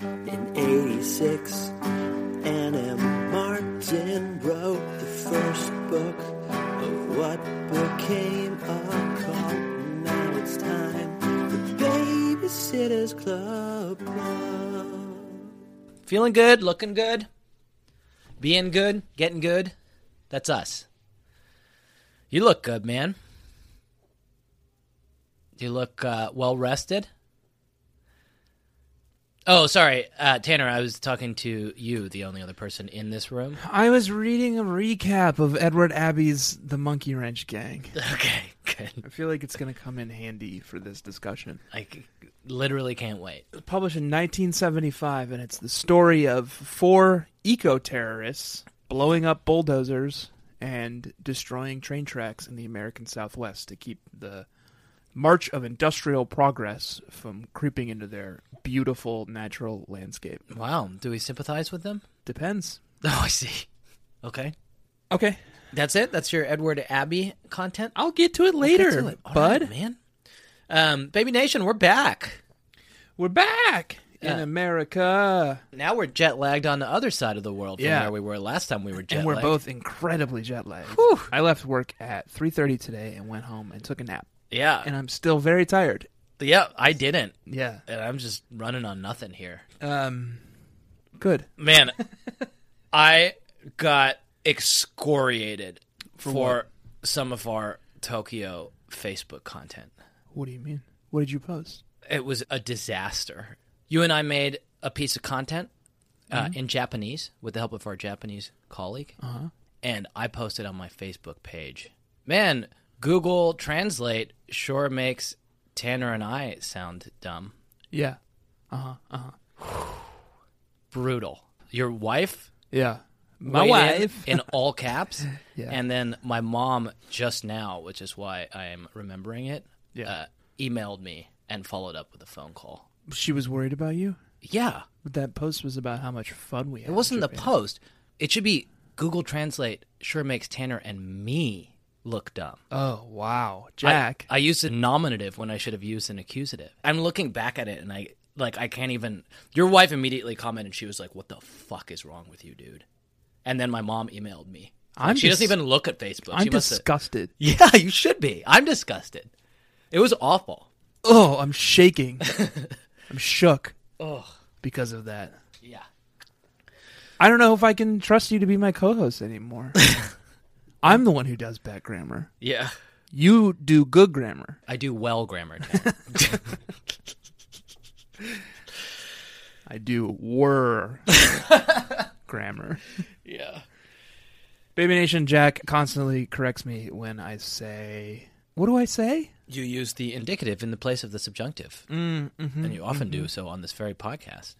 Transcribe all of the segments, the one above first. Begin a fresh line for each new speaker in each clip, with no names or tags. in 86. Anna Martin wrote the first book of what became a cult. Now it's time for Babysitter's Club.
Feeling good, looking good, being good, getting good. That's us. You look good, man. You look uh, well rested. Oh, sorry, uh, Tanner. I was talking to you, the only other person in this room.
I was reading a recap of Edward Abbey's The Monkey Wrench Gang.
Okay, good.
I feel like it's going to come in handy for this discussion.
I c- literally can't wait.
It was published in 1975, and it's the story of four eco terrorists blowing up bulldozers and destroying train tracks in the American Southwest to keep the march of industrial progress from creeping into their beautiful natural landscape.
Wow. Do we sympathize with them?
Depends.
Oh, I see. Okay.
Okay.
That's it. That's your Edward Abbey content.
I'll get to it
Get to
later,
it. All
bud.
right, man. Um, Baby Nation, we're back.
We're back in
Yeah.
America.
Now we're jet lagged on the other side of the world from
Yeah.
where we were last time we were jet
and we're
lagged.
both incredibly jet lagged.
Whew.
I left work at 3:30 today and went home and took a nap,
yeah,
and I'm still very tired.
yeah. I didn't,
Yeah.
and I'm just running on nothing here,
Um good.
man. I got excoriated for, some of our Tokyo Facebook content.
What do you mean? What did you post?
It was a disaster. You and I made a piece of content uh,
Mm-hmm.
in Japanese with the help of our Japanese colleague,
Uh-huh.
and I posted on my Facebook page. Man, Google Translate sure makes Tanner and I sound dumb.
Yeah. Uh-huh. Uh-huh.
Brutal. Your wife,
Yeah.
weighed
My
in-
wife.
in all caps,
Yeah.
and then my mom just now, which is why I am remembering it.
Yeah.
uh, emailed me and followed up with a phone call.
she was worried about you.
Yeah,
But that post was about how much fun we had.
It wasn't the post. It should be Google Translate sure makes Tanner and me look dumb.
Oh, wow.
I-
Jack.
I, used a nominative when I should have used an accusative. I'm looking back at it and I like I can't even your wife immediately commented she was like, What the fuck is wrong with you, dude? And then my mom emailed me.
I'm
she doesn't
dis-
even look at Facebook.
I, am
she must have-
disgusted.
Yeah, you should be. I'm disgusted. It was awful.
Oh, I'm shaking. I'm shook
Oh
because of that.
yeah.
I don't know if I can trust you to be my co-host anymore. I'm the one who does bad grammar.
Yeah.
You do good grammar.
I do well grammar, Tanner.
I do were grammar.
yeah.
Baby Nation Jack constantly corrects me when I say, "What do I say?"
you use the indicative in the place of the subjunctive, and you often do so on this very podcast.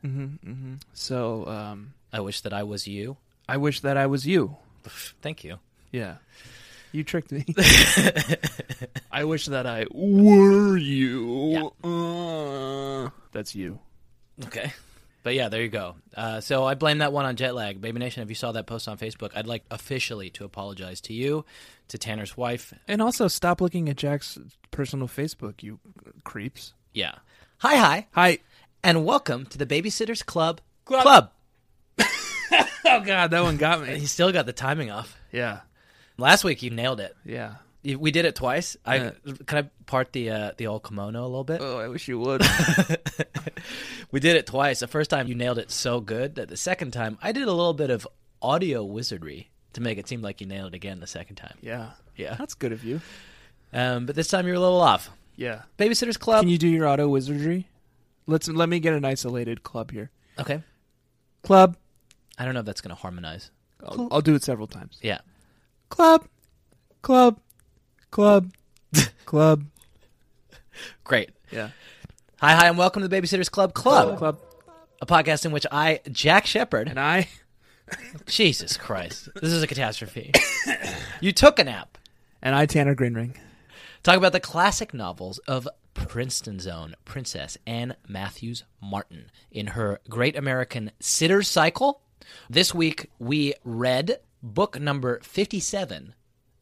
So um,
I wish that I was you.
I wish that I was you.
Thank you.
Yeah, you tricked me. I wish that I were you. Uh, that's you.
Okay, but yeah, there you go. Uh, so I blame that one on jet lag. Baby Nation, if you saw that post on Facebook, I'd like officially to apologize to you, to Tanner's wife.
And also, stop looking at Jack's personal Facebook. You creeps.
Yeah. Hi, hi,
Hi.
and welcome to the Babysitters Club. Club. Club.
Oh God, that one got me.
You still got the timing off.
yeah,
Last week you nailed it.
yeah.
You- We did it twice. I can I part the uh, the old kimono a little bit.
Oh, I wish you would.
We did it twice. The first time you nailed it so good that the second time I did a little bit of audio wizardry to make it seem like you nailed it again the second time.
yeah,
Yeah.
That's good of you.
Um, but this time you're a little off.
Yeah.
Babysitters Club.
Can you do your auto wizardry? Let's let me get an isolated club here.
okay.
Club.
I don't know if that's going to harmonize.
I'll, I'll do it several times.
Yeah.
Club, club, club, club.
Great.
Yeah.
Hi, hi, and welcome to the Babysitters Club Club,
Club.
a podcast in which I, Jack Shepard,
And I.
Jesus Christ, this is a catastrophe. you took a nap.
And I Tanner Greenring.
Talk about the classic novels of Princeton's own Princess Anne Matthews Martin in her Great American Sitters Cycle. This week we read book number 57,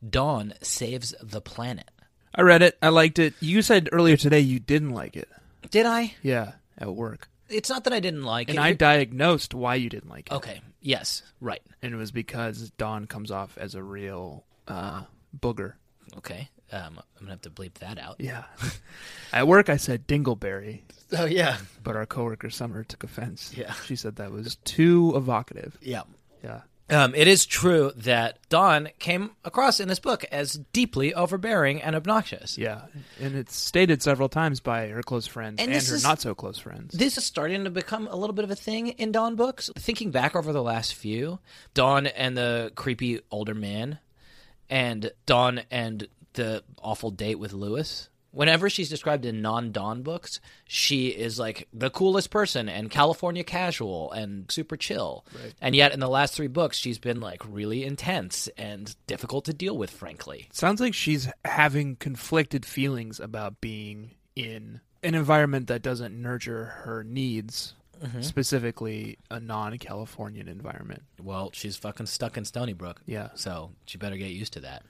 Dawn Saves the Planet.
I read it. I liked it. You said earlier today you didn't like it.
Did I?
Yeah. At work.
it's not that I didn't like
And
it.
I diagnosed why you didn't like it.
okay. Yes. Right.
And it was because Dawn comes off as a real uh, booger.
Okay. Um, I'm gonna have to bleep that out.
Yeah. At work, I said dingleberry,
Oh yeah.
but our coworker Summer took offense.
Yeah.
She said that was too evocative.
Yeah.
Yeah.
Um, it is true that Dawn came across in this book as deeply overbearing and obnoxious.
Yeah. And it's stated several times by her close friends
And
and,
this
her
is-
not so close friends.
This is starting to become a little bit of a thing in Dawn books. Thinking back over the last few, Dawn and the creepy older man, and Dawn and the awful date with Lewis. Whenever she's described in non Dawn books, she is like the coolest person and California casual and super chill. And yet in the last three books, she's been like really intense and difficult to deal with, frankly.
Sounds like she's having conflicted feelings about being in an environment that doesn't nurture her needs,
Mm-hmm.
specifically a non Californian environment.
Well, she's fucking stuck in Stony Brook.
Yeah.
So she better get used to that.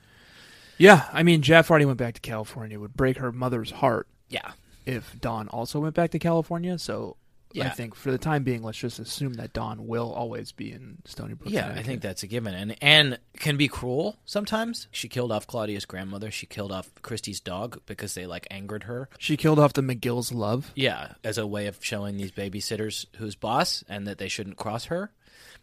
Yeah. I mean, Jeff already went back to California. It would break her mother's heart
Yeah.
if Dawn also went back to California. So I
Yeah.
think for the time being, let's just assume that Dawn will always be in Stony Brook.
Yeah, I think that's a given, and and can be cruel sometimes. She killed off Claudia's grandmother. She killed off Christie's dog because they like angered her.
she killed off the McGill's love.
Yeah, as a way of showing these babysitters who's boss and that they shouldn't cross her.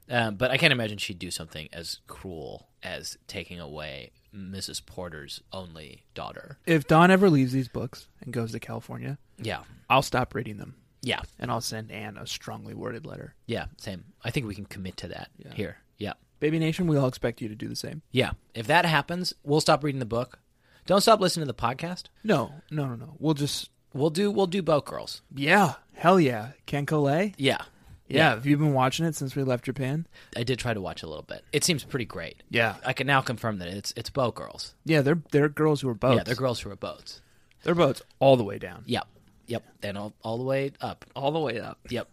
Um, but I can't imagine she'd do something as cruel as taking away Mrs. Porter's only daughter.
If Dawn ever leaves these books and goes to California,
Yeah,
I'll stop reading them
yeah,
and I'll send Anne a strongly worded letter.
yeah. Same. I think we can commit to that here. Yeah.
Baby Nation, we all expect you to do the same.
Yeah, if that happens, we'll stop reading the book. Don't stop listening to the podcast.
No, no, no, no. We'll just
We'll do we'll do both girls.
yeah, hell yeah, Ken Collet.
Yeah.
Yeah, have you been watching it since we left Japan?
I did try to watch a little bit. It seems pretty great.
Yeah,
I can now confirm that it's it's bow girls.
yeah. They're they're girls who are boats.
Yeah, they're girls who are boats.
they're boats all the way down,
Yep. Yep. And all, all the way up.
all the way up.
Yep.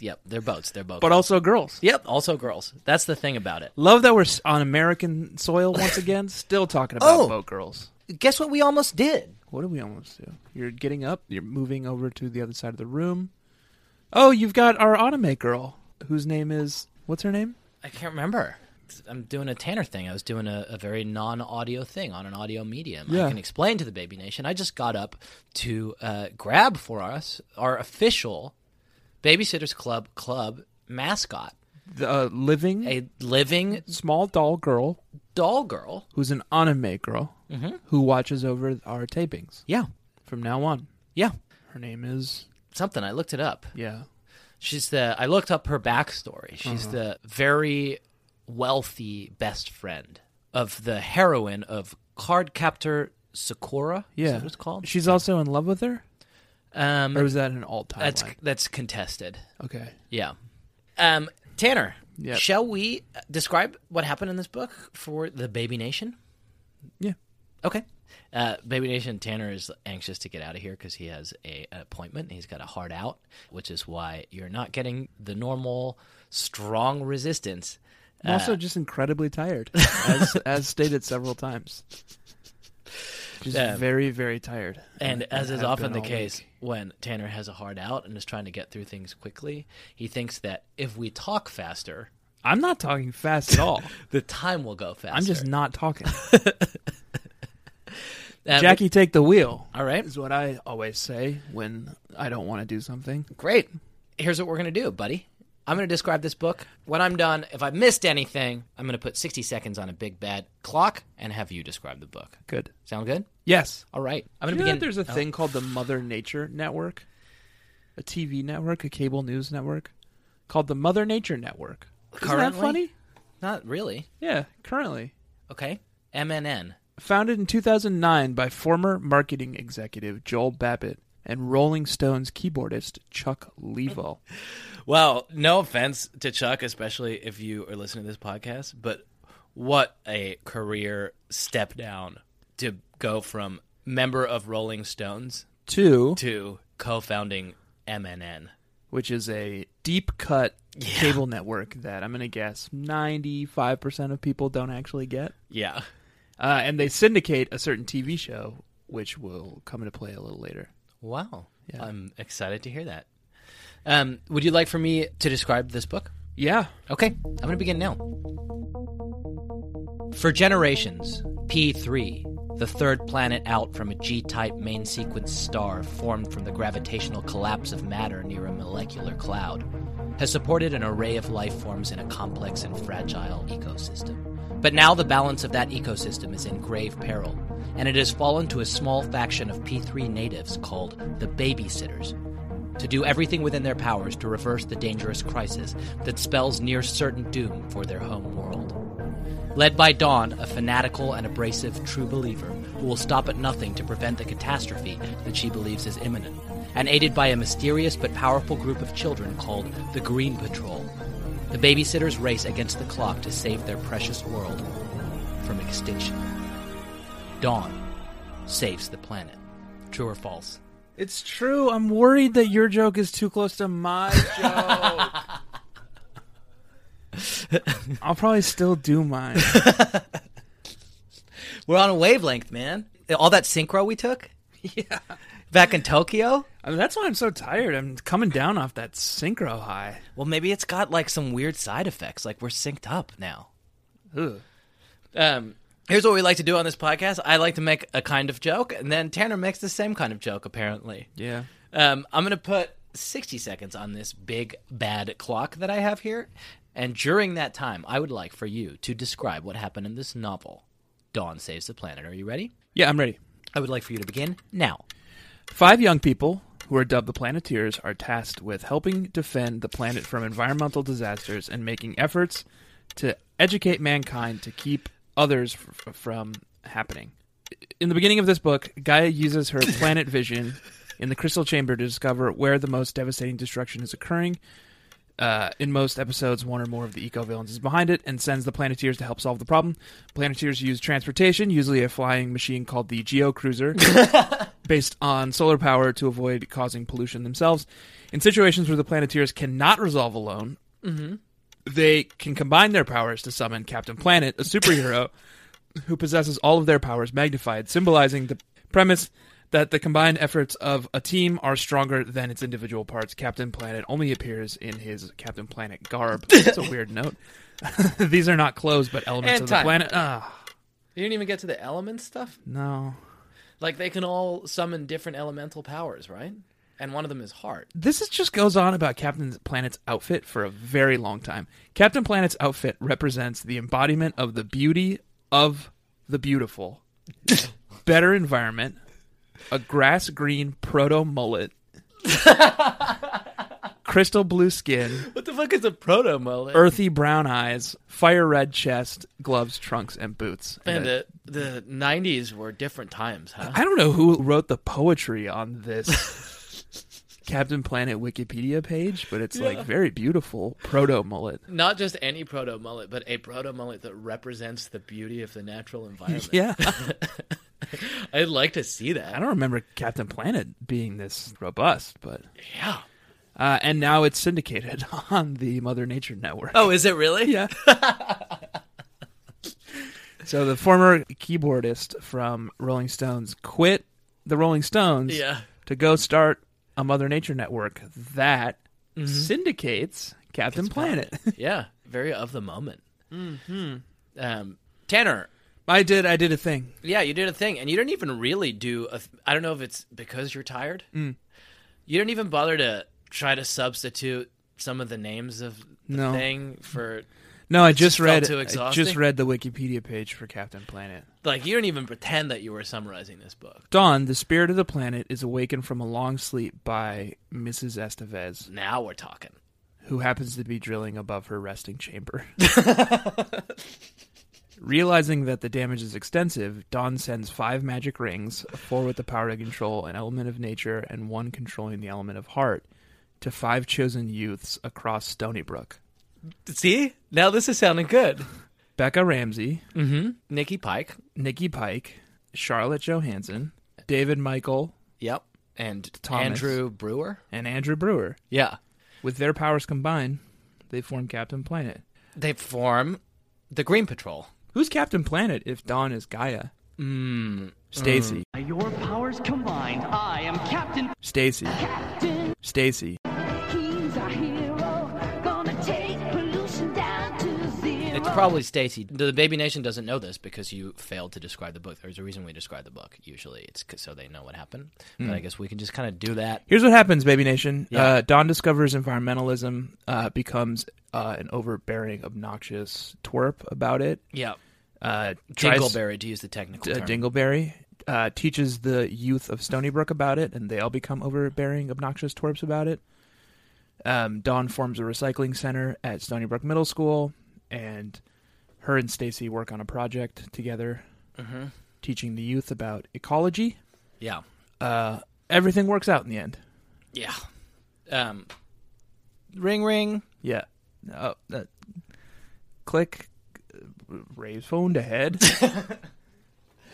yep. They're boats. They're boats.
But uh, also girls.
Yep, also girls. That's the thing about it.
Love that we're s- on American soil once again. Still talking about
Oh.
boat girls.
Guess what we almost did?
What do we almost do? You're getting up. You're moving over to the other side of the room. Oh, you've got our automate girl, whose name is what's her name?
I can't remember. I'm doing a Tanner thing. I was doing a, a very non audio thing on an audio medium.
Yeah.
I can explain to the Baby Nation. I just got up to uh, grab for us our official Babysitters Club Club mascot,
The uh, living
a living
small doll girl
doll girl.
who's an anime girl who watches over our tapings
Yeah.
from now on.
Yeah.
Her name is
Something. I looked it up.
yeah.
She's the, I looked up her backstory. She's the very wealthy best friend of the heroine of Card Captor Sakura. Is
Yeah,
that what it's called?
She's also in love with her,
Um,
or is that an alt timeline?
That's that's contested.
Okay.
Yeah. Um, Tanner,
Yep.
shall we describe what happened in this book for the Baby Nation?
Yeah.
Okay. Uh, Baby Nation Tanner is anxious to get out of here because he has a an appointment. He's got a hard out, which is why you're not getting the normal strong resistance.
I'm also just incredibly tired, as, as stated several times. Just
Yeah.
very, very tired.
And as is
have
often
been
the
all
case when Tanner has a hard out and is trying to get through things quickly, he thinks that if we talk faster,
I'm not talking fast at all.
the time will go faster.
I'm just not talking.
Uh,
Jackie, take the wheel.
All right.
Is what I always say when I don't want to do something.
Great. Here's what we're going to do, buddy. I'm going to describe this book. When I'm done, if I missed anything, I'm going to put 60 seconds on a big bad clock and have you describe the book.
Good.
Sound good?
Yes.
All right. I'm going to
You know
begin.
that there's a
oh,
thing called the Mother Nature Network, a TV network, a cable news network, called the Mother Nature Network. Isn't
Currently?
that funny?
Not really.
Yeah, currently
Okay. MNN.
founded in 2009 by former marketing executive Joel Babbitt and Rolling Stones keyboardist Chuck Leavell.
Well, no offense to Chuck, especially if you are listening to this podcast, but what a career step down to go from member of Rolling Stones
Two,
to co founding MNN.
which is a deep cut cable network that I'm going to guess 95% of people don't actually get.
Yeah.
Uh, and they syndicate a certain TV show, which will come into play a little later.
Wow. I'm excited to hear that. Um, would you like for me to describe this book?
Yeah.
Okay, I'm going to begin now. For generations, P3, the third planet out from a G type main sequence star formed from the gravitational collapse of matter near a molecular cloud, has supported an array of life forms in a complex and fragile ecosystem. But now the balance of that ecosystem is in grave peril, and it has fallen to a small faction of P3 natives called the Babysitters, to do everything within their powers to reverse the dangerous crisis that spells near certain doom for their home world. Led by Dawn, a fanatical and abrasive true believer who will stop at nothing to prevent the catastrophe that she believes is imminent, and aided by a mysterious but powerful group of children called the Green Patrol, the babysitters race against the clock to save their precious world from extinction. Dawn saves the planet. True or false?
It's true. I'm worried that your joke is too close to my joke. I'll probably still do mine.
We're on a wavelength, man. All that synchro we took
yeah.
back in Tokyo.
I mean, that's why I'm so tired. I'm coming down off that synchro high.
Well, maybe it's got like some weird side effects. Like we're synced up now.
Ugh.
Um, here's what we like to do on this podcast. I like to make a kind of joke, and then Tanner makes the same kind of joke. Apparently,
Yeah.
um, I'm gonna put 60 seconds on this big bad clock that I have here, and during that time, I would like for you to describe what happened in this novel. Dawn saves the planet. Are you ready?
Yeah, I'm ready.
I would like for you to begin now.
Five young people, who are dubbed the Planeteers, are tasked with helping defend the planet from environmental disasters and making efforts to educate mankind to keep others f- from happening. In the beginning of this book, Gaia uses her planet vision in the crystal chamber to discover where the most devastating destruction is occurring. Uh, in most episodes, one or more of the eco villains is behind it and sends the Planeteers to help solve the problem. Planeteers use transportation, usually a flying machine called the Geocruiser, based on solar power to avoid causing pollution themselves. In situations where the Planeteers cannot resolve alone, they can combine their powers to summon Captain Planet, a superhero who possesses all of their powers magnified, symbolizing the premise that the combined efforts of a team are stronger than its individual parts. Captain Planet only appears in his Captain Planet garb. That's a weird note. These are not clothes, but elements
And
of
time.
the planet. Ah,
You didn't even get to the element stuff.
no.
Like they can all summon different elemental powers, right? And one of them is heart.
this is just goes on about Captain Planet's outfit for a very long time. Captain Planet's outfit represents the embodiment of the beauty of the beautiful. Better environment, a grass green proto mullet, crystal blue skin,
What the fuck is a proto mullet?
earthy brown eyes, fire red chest, gloves, trunks, and boots.
Man, the the nineties were different times, huh?
I don't know who wrote the poetry on this Captain Planet Wikipedia page, but it's like very beautiful proto mullet.
Not just any proto mullet, but a proto mullet that represents the beauty of the natural environment.
Yeah.
I'd like to see
I
that.
don't remember Captain Planet being this robust, but
Yeah.
uh, and now it's syndicated on the Mother Nature Network.
Oh, is it really?
Yeah. so the former keyboardist from Rolling Stones quit the Rolling Stones
Yeah.
to go start a Mother Nature Network that syndicates Captain Planet.
Yeah. Very of the moment. Mm-hmm. Um, Tanner.
I did. I did a thing.
Yeah, you did a thing, and you didn't even really do. A th- I don't know if it's because you're tired. You didn't even bother to try to substitute some of the names of the
No.
thing for
No, I just
felt
read.
too
I just
exhausting?
read the Wikipedia page for Captain Planet.
like you didn't even pretend that you were summarizing this book.
Dawn, the spirit of the planet, is awakened from a long sleep by Mrs. Estevez,
Now we're talking.
who happens to be drilling above her resting chamber. Realizing that the damage is extensive, Dawn sends five magic rings, four with the power to control an element of nature and one controlling the element of heart, to five chosen youths across Stony Brook.
See, now this is sounding good.
Becca Ramsey,
Mm-hmm. Nikki Pike.
Nikki Pike, Charlotte Johansson, David Michael,
Yep. And
Thomas.
Andrew Brewer.
and Andrew Brewer.
Yeah.
With their powers combined, they form Captain Planet.
They form the Green Patrol.
Who's Captain Planet if Dawn is Gaia?
Mm.
Stacy.
By Your powers combined, I am Captain
Stacy.
Captain.
Stacy.
He He's our hero, gonna take pollution down to zero.
It's probably Stacy. The Baby Nation doesn't know this because you failed to describe the book. There's a reason we describe the book. Usually, it's 'cause- so they know what happened.
Hmm.
But I guess we can just kind of do that.
Here's what happens, Baby Nation.
Yeah.
Uh, Don discovers environmentalism, uh, becomes uh, an overbearing, obnoxious twerp about it.
Yeah,
Uh, tries-
Dingleberry to use the technical
uh,
term.
Dingleberry uh, teaches the youth of Stony Brook about it, and they all become overbearing, obnoxious twerps about it. Um, Dawn forms a recycling center at Stony Brook Middle School, and her and Stacy work on a project together, Mm-hmm. teaching the youth about ecology.
yeah,
Uh, everything works out in the end.
yeah. Um, ring, ring.
Yeah. Uh, uh, click. uh, Raise phone to head.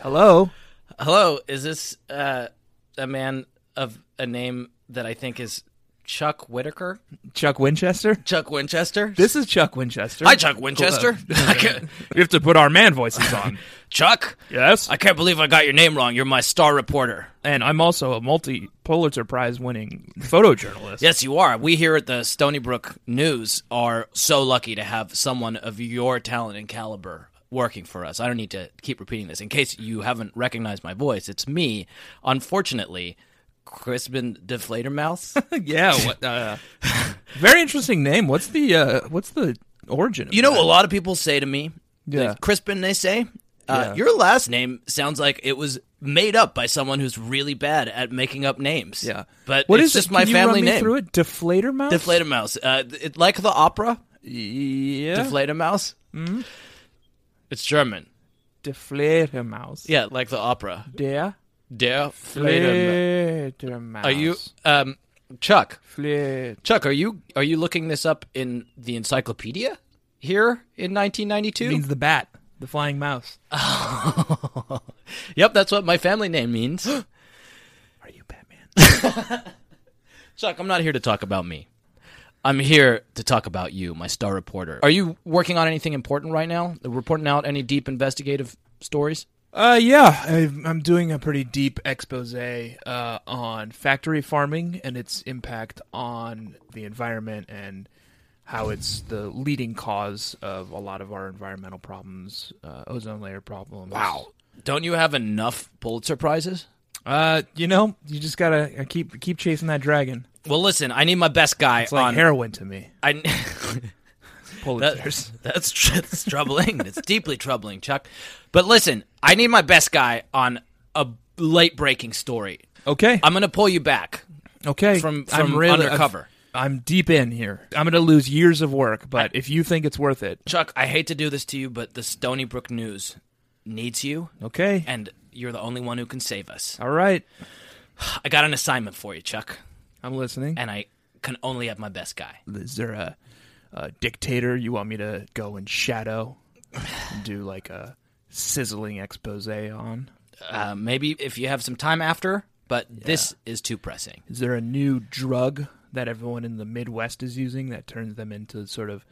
Hello.
Hello, is this uh, a man of a name that I think is Chuck Whitaker?
Chuck Winchester.
Chuck Winchester.
This is Chuck Winchester.
Hi, Chuck Winchester.
uh,
I can't-
We have to put our man voices on.
Chuck,
yes.
I can't believe I got your name wrong. You're my star reporter.
and I'm also a multi Pulitzer Prize winning photojournalist.
Yes, you are. We here at the Stony Brook News are so lucky to have someone of your talent and caliber working for us. I don't need to keep repeating this. In case you haven't recognized my voice, it's me, unfortunately, Crispin Deflatormouth.
yeah. What, uh, very interesting name. What's the uh, what's the origin? Of
You know,
that?
a lot of people say to me,
Yeah.
like, Crispin, they say, uh,
Yeah.
your last name sounds like it was made up by someone who's really bad at making up names.
Yeah.
But
what
it's
is it?
just my
Can
family
you
name.
run Me through it. Deflator mouth.
Deflatormouse. Uh, it, like the opera,
Yeah.
Deflatormouse. Mm-hmm. It's German.
Deflator mouse.
Yeah, like the opera.
Der
Der Fledermaus.
Flater mouse.
Are you um Chuck?
Flit.
Chuck, are you are you looking this up in the encyclopedia here in 1992?
means the bat, the flying mouse.
yep, that's what my family name means.
Are you Batman?
Chuck, I'm not here to talk about me. I'm here to talk about you, my star reporter. Are you working on anything important right now? Reporting out any deep investigative stories?
Uh, yeah, i I'm doing a pretty deep expose uh, on factory farming and its impact on the environment and how it's the leading cause of a lot of our environmental problems, uh, ozone layer problems.
Don't you have enough Pulitzer prizes?
Uh, you know, you just gotta uh, keep keep chasing that dragon.
Well, listen, I need my best guy
It's like
on
heroin to me.
I
Pulitzers.
That- that's, tr- that's troubling. it's deeply troubling, Chuck. But listen, I need my best guy on a late breaking story.
okay.
I'm going to pull you back.
okay.
from-
I'm
from
really-
undercover.
I've- I'm deep in here. I'm gonna lose years of work, but if you think it's worth it,
Chuck, I hate to do this to you, but the Stony Brook News needs you,
okay.
and you're the only one who can save us.
All right.
I got an assignment for you, Chuck,
I'm listening.
and I can only have my best guy.
is there a, a dictator you want me to go and shadow and do like a sizzling expose on
Uh, maybe if you have some time after, but this is too pressing.
is there a new drug that everyone in the midwest is using that turns them into sort of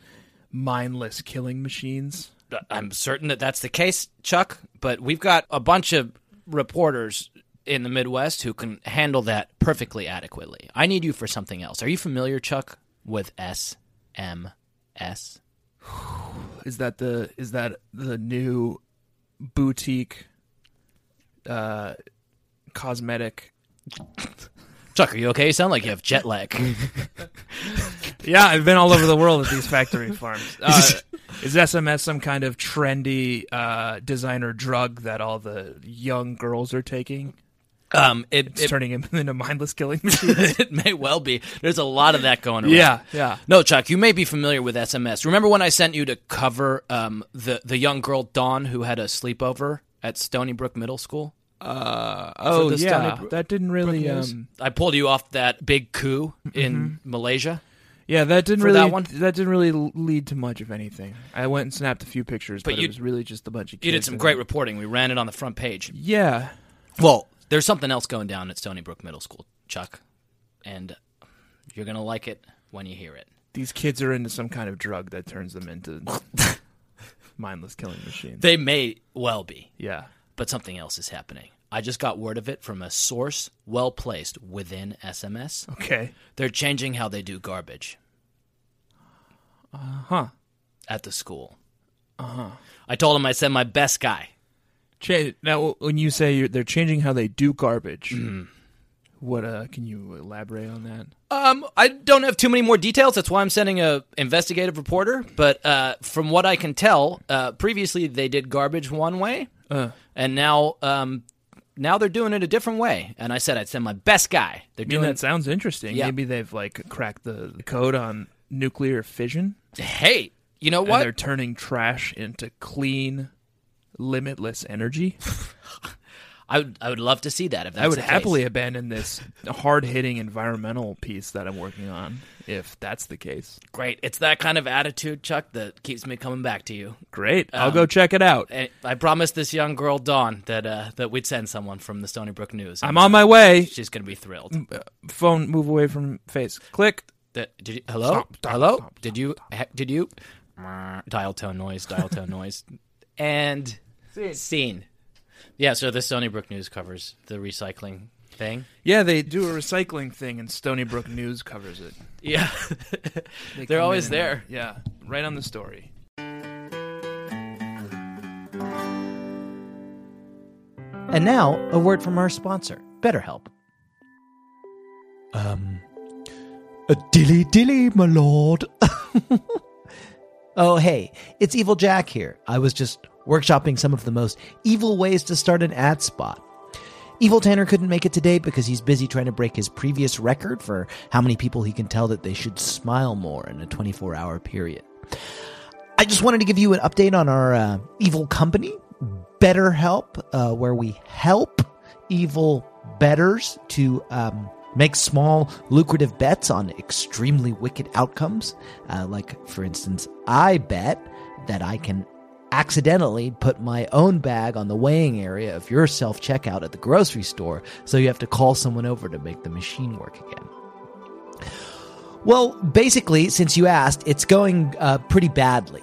mindless killing machines
I'm certain that that's the case, Chuck, but we've got a bunch of reporters in the Midwest who can handle that perfectly adequately. I need you for something else. Are you familiar, Chuck, with SMS?
is that the is that the new boutique uh cosmetic
Chuck, are you okay? You sound like you have jet lag.
yeah i've been all over the world at these factory farms uh, is sms some kind of trendy uh, designer drug that all the young girls are taking
um, it,
it's
it,
turning him into mindless killing machines
it may well be. There's a lot of that going around.
yeah yeah
No, Chuck, you may be familiar with SMS. Remember when I sent you to cover um, the, the young girl, Dawn, who had a sleepover at Stony Brook Middle School?
oh
the
yeah
Stony Bro-
that didn't really um,
I pulled you off that big coup in Malaysia.
yeah that didn't
For
really
that
that,
one?
didn't really lead to much of anything i went and snapped a few pictures but,
you-
it was really just a bunch of kids
You did some
and-
great reporting. We ran it on the front page.
yeah
Well, there's something else going down at Stony Brook Middle School, Chuck, and you're gonna like it when you hear it.
these kids are into some kind of drug that turns them into mindless killing machines
They may well be,
yeah
but something else is happening. I just got word of it from a source well placed within SMS.
Okay.
They're changing how they do garbage. Uh
huh.
At the school. Uh huh. I told him I sent my best guy.
Cha- now, when you say you're, they're changing how they do garbage, what uh, can you elaborate on that?
Um, I don't have too many more details. That's why I'm sending a investigative reporter. But uh, from what I can tell, uh, previously they did garbage one way,
Uh.
and now um, now they're doing it a different way. And I said I'd send my best guy. They're
I mean,
doing
that sounds interesting.
Yeah.
Maybe they've like cracked the the code on nuclear fission,
Hey, you know
and
what?
they're turning trash into clean, limitless energy.
I would I would love to see that. If that's
I would
the case.
happily abandon this hard-hitting environmental piece that I'm working on if that's the case.
Great. It's that kind of attitude, Chuck, that keeps me coming back to you.
Great, Um, I'll go check it out.
And I promised this young girl Dawn that uh, that we'd send someone from the Stony Brook News.
I'm on my way.
She's gonna be thrilled.
Phone, move away from face. Click.
That, did you, hello?
Stop, stop,
hello?
stop,
did you ha did you dial tone noise, dial tone noise. And scene. Yeah, so the Stony Brook News covers the recycling thing.
Yeah, they do a recycling thing, and Stony Brook News covers it.
Yeah.
They
They're
come
always
in and-
there.
Yeah, right on the story.
And now, a word from our sponsor, BetterHelp.
Um, a dilly dilly, my lord. oh, hey, it's Evil Jack here. I was just workshopping some of the most evil ways to start an ad spot. Evil Tanner couldn't make it today because he's busy trying to break his previous record for how many people he can tell that they should smile more in a 24 hour period. I just wanted to give you an update on our uh, evil company, BetterHelp, uh, where we help evil betters to um, make small, lucrative bets on extremely wicked outcomes. Uh, like, for instance, I bet that I can accidentally put my own bag on the weighing area of your self checkout at the grocery store, so you have to call someone over to make the machine work again. Well, basically, since you asked, it's going uh, pretty badly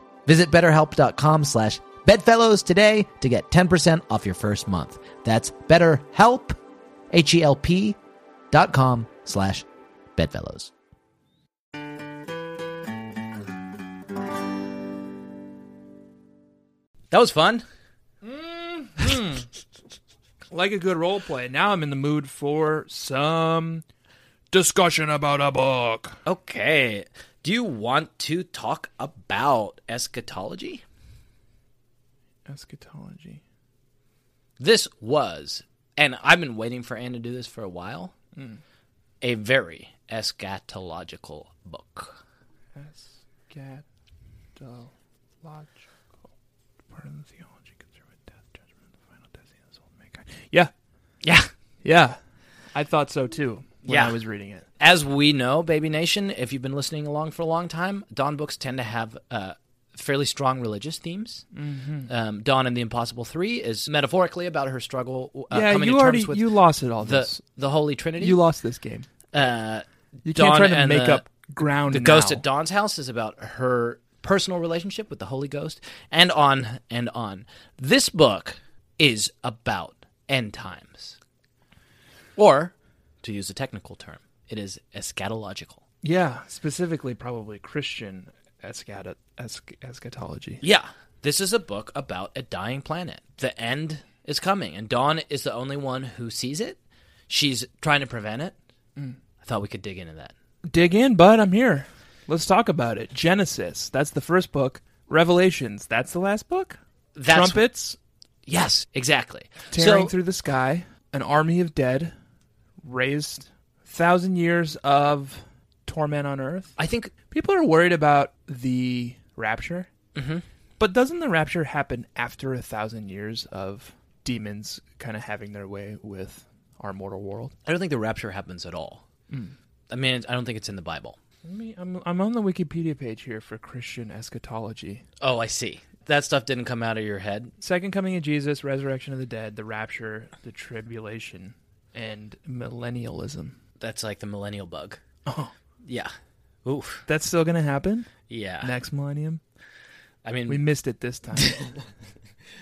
Visit betterhelp.com slash bedfellows today to get 10% off your first month. That's betterhelp, H-E-L-P dot com slash bedfellows.
That was fun.
Like a good role play. Now I'm in the mood for some discussion about a book.
Okay. Do you want to talk about eschatology?
Eschatology.
This was, and I've been waiting for Anne to do this for a while,
Hmm.
a very eschatological book.
Eschatological. Part of the theology concerned with death, judgment, the final destiny of the soul of mankind. Yeah,
Yeah.
yeah. I thought so too when
Yeah.
I was reading it.
As we know, Baby Nation, if you've been listening along for a long time, Dawn books tend to have uh, fairly strong religious themes. Mm-hmm. Um, Dawn and the Impossible Three is metaphorically about her struggle uh,
yeah,
coming
you
to
already
terms with
you lost it all.
the,
this
the Holy Trinity.
you lost this game.
uh,
You
Dawn
can't try to
and
make
the-
up ground.
The
now.
Ghost at Dawn's House is about her personal relationship with the Holy Ghost, and on and on. This book is about end times. Or, to use a technical term, it is eschatological.
Yeah, specifically probably Christian eschato- esch- eschatology.
Yeah. This is a book about a dying planet, the end is coming, and Dawn is the only one who sees it. She's trying to prevent it.
Mm.
I thought we could dig into that.
Dig in, bud. I'm here. Let's talk about it. Genesis. That's the first book. Revelations. That's the last book.
That's-
Trumpets
Yes, exactly.
tearing
so,
through the sky. An army of dead raised. Thousand years of torment on earth.
I think
People are worried about the rapture. Mm-hmm. But doesn't the rapture happen after a thousand years of demons kind of having their way with our mortal world?
I don't think the rapture happens at all.
Mm.
I mean, I don't think it's in the Bible.
Let me, I'm, I'm on the Wikipedia page here for Christian eschatology.
Oh, I see. That stuff didn't come out of your head.
Second coming of Jesus, resurrection of the dead, the rapture, the tribulation, and millennialism.
That's like the millennial bug.
Oh.
Yeah. Oof.
That's still going to happen
Yeah.
next millennium?
I mean,
We missed it this time.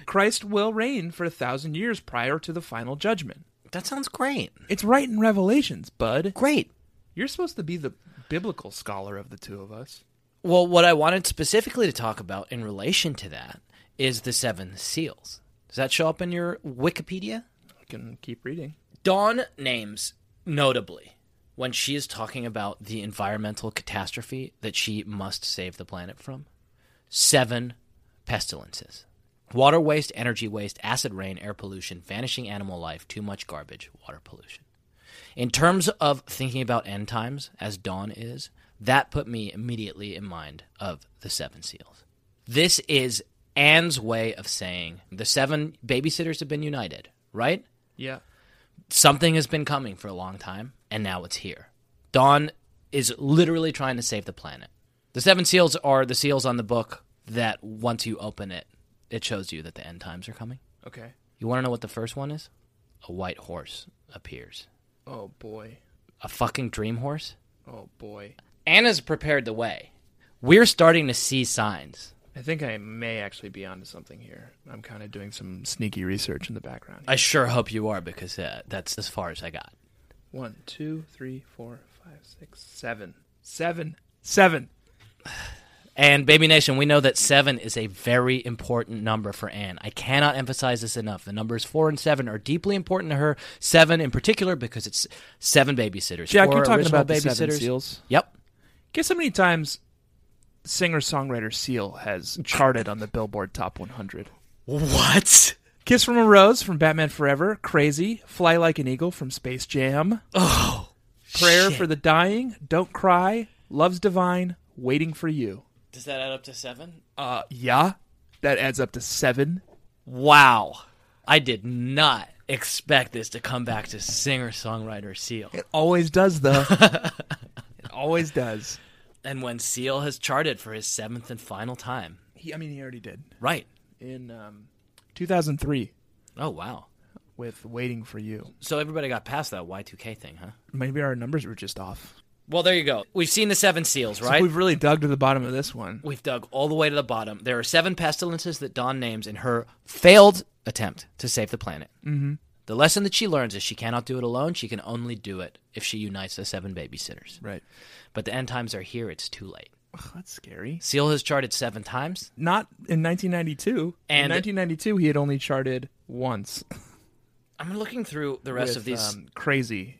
Christ will reign for a thousand years prior to the final judgment.
that sounds great.
It's right in Revelations, bud.
Great.
You're supposed to be the biblical scholar of the two of us.
Well, what I wanted specifically to talk about in relation to that is the seven seals. Does that show up in your Wikipedia?
I can keep reading.
Dawn names notably when she is talking about the environmental catastrophe that she must save the planet from seven pestilences water waste, energy waste, acid rain, air pollution, vanishing animal life, too much garbage, water pollution. In terms of thinking about end times, as Dawn is, that put me immediately in mind of the Seven Seals. This is Anne's way of saying the seven babysitters have been united, right?
Yeah.
something has been coming for a long time, and now it's here. Dawn is literally trying to save the planet. The seven seals are the seals on the book that once you open it, it shows you that the end times are coming.
Okay.
You want to know what the first one is? A white horse appears.
Oh boy.
A fucking dream horse?
Oh boy.
Anna's prepared the way. We're starting to see signs.
I think I may actually be onto something here. I'm kind of doing some sneaky research in the background.
I sure hope you are because uh, that's as far as I got.
One, two, three, four, five, six, seven. Seven. Seven.
And Baby Nation, we know that seven is a very important number for Anne. I cannot emphasize this enough. The numbers four and seven are deeply important to her. Seven in particular because it's seven babysitters.
Jack,
Four
you're talking
original
about the seven seals.
Yep.
Guess how many times singer songwriter Seal has charted on the Billboard Top 100?
What?
Kiss from a Rose from Batman Forever, Crazy, Fly Like an Eagle from Space Jam,
Oh,
Prayer
shit.
for the Dying, Don't Cry, Love's Divine, Waiting for You.
Does that add up to seven?
Uh, yeah, that adds up to seven.
Wow. I did not expect this to come back to singer songwriter Seal.
It always does, though. it always does.
And when Seal has charted for his seventh and final time,
He, I mean, he already did
right?
in um, 2003
Oh wow.
with Waiting for You.
So everybody got past that Y2K thing, huh?
Maybe our numbers were just off.
Well, there you go. We've seen the seven seals,
So
right?
we've really dug to the bottom of this one.
We've dug all the way to the bottom. There are seven pestilences that Dawn names in her failed attempt to save the planet. Mm-hmm. The lesson that she learns is she cannot do it alone. She can only do it if she unites the seven babysitters.
Right.
But the end times are here. It's too late.
Ugh, that's scary.
Seal has charted seven times.
Not in 1992.
And-
in 1992, he had only charted once.
I'm looking through the rest
with,
of these.
um, crazy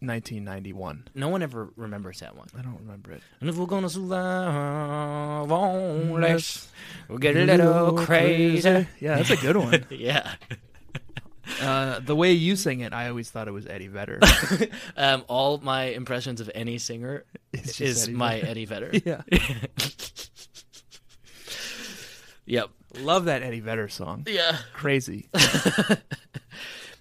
1991.
no one ever remembers that one.
I don't remember it.
And if we're gonna survive on
Let's
this, we'll get a little crazy.
Yeah, that's a good one.
Yeah.
uh, the way you sing it, I always thought it was Eddie Vedder.
Um, all my impressions of any singer
It's just
is
Eddie
my
Vedder.
Eddie Vedder.
yeah,
Yep.
love that Eddie Vedder song.
Yeah.
Crazy.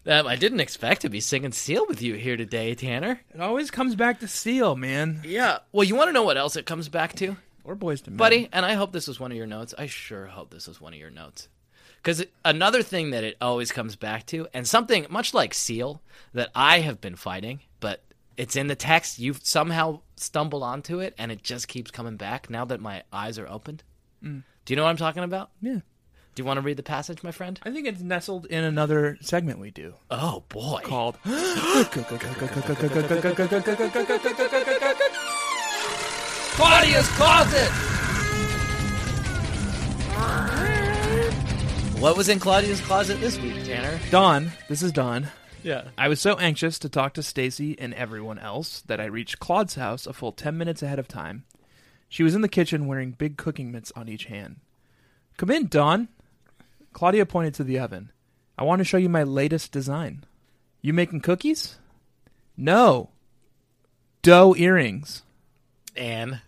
Um, I didn't expect to be singing Seal with you here today, Tanner.
It always comes back to Seal, man.
Yeah. Well, you want to know what else it comes back to?
Or Boys to Men,
Buddy, and I hope this was one of your notes. I sure hope this was one of your notes. Because another thing that it always comes back to, and something much like Seal that I have been fighting, but it's in the text. You've somehow stumbled onto it, and it just keeps coming back now that my eyes are opened. Do you know what I'm talking about?
Yeah,
Do you want to read the passage, my friend?
I think it's nestled in another segment we do
Oh, boy.
called.
Claudia's Closet! What was in Claudia's closet this week, Tanner?
Don, this is Don.
Yeah.
I was so anxious to talk to Stacy and everyone else that I reached Claude's house a full 10 minutes ahead of time. She was in the kitchen wearing big cooking mitts on each hand. Come in, Don. Claudia pointed to the oven. I want to show you my latest design. You making cookies? No. Dough earrings.
And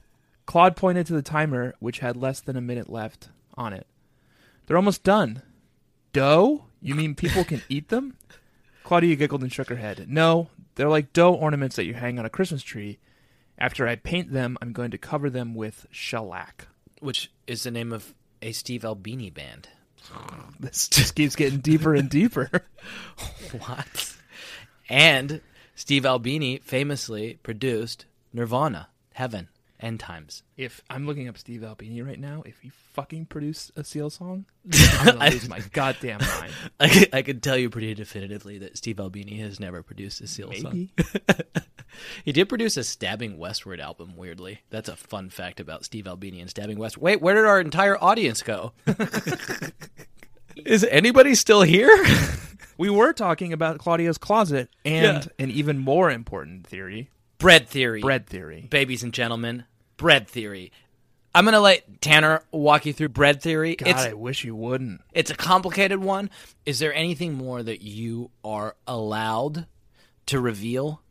Claude pointed to the timer, which had less than a minute left on it. They're almost done. Dough? You mean people can eat them? Claudia giggled and shook her head. No, they're like dough ornaments that you hang on a Christmas tree. After I paint them, I'm going to cover them with shellac.
which is the name of a Steve Albini band.
This just keeps getting deeper and deeper.
What? And Steve Albini famously produced Nirvana, Heaven, End Times.
If I'm looking up Steve Albini right now, if he fucking produced a Seal song, I'm gonna lose my goddamn mind.
I could, I could tell you pretty definitively that Steve Albini has never produced a Seal song.
Maybe.
He did produce a Stabbing Westward album, weirdly. That's a fun fact about Steve Albini and Stabbing Westward. Wait, where did our entire audience go? Is anybody still here?
We were talking about Claudia's closet and an even more important theory,
Bread theory.
bread theory.
Babies and gentlemen, bread theory. I'm going to let Tanner walk you through bread theory.
God,
it's
I wish you wouldn't.
It's a complicated one. Is there anything more that you are allowed to reveal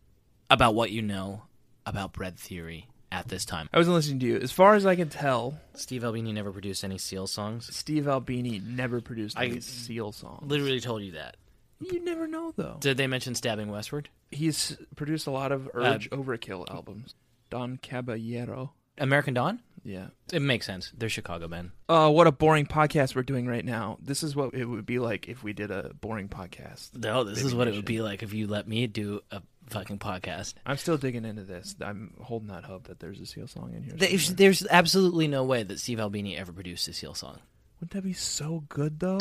about what you know about bread theory at this time?
I wasn't listening to you. As far as I can tell,
Steve Albini never produced any Seal songs.
Steve Albini never produced any Seal song.
Literally told you that.
you never know though.
Did they mention Stabbing Westward?
He's produced a lot of Urge Overkill albums. Don Caballero.
American Dawn?
Yeah.
It makes sense. They're Chicago men.
Oh, what a boring podcast we're doing right now. This is what it would be like if we did a boring podcast.
No, this is what it would be like if you let me do a fucking podcast.
I'm still digging into this. I'm holding out hope that there's a Seal song in here.
There's,
somewhere.
there's absolutely no way that Steve Albini ever produced a Seal song.
Wouldn't that be so good though?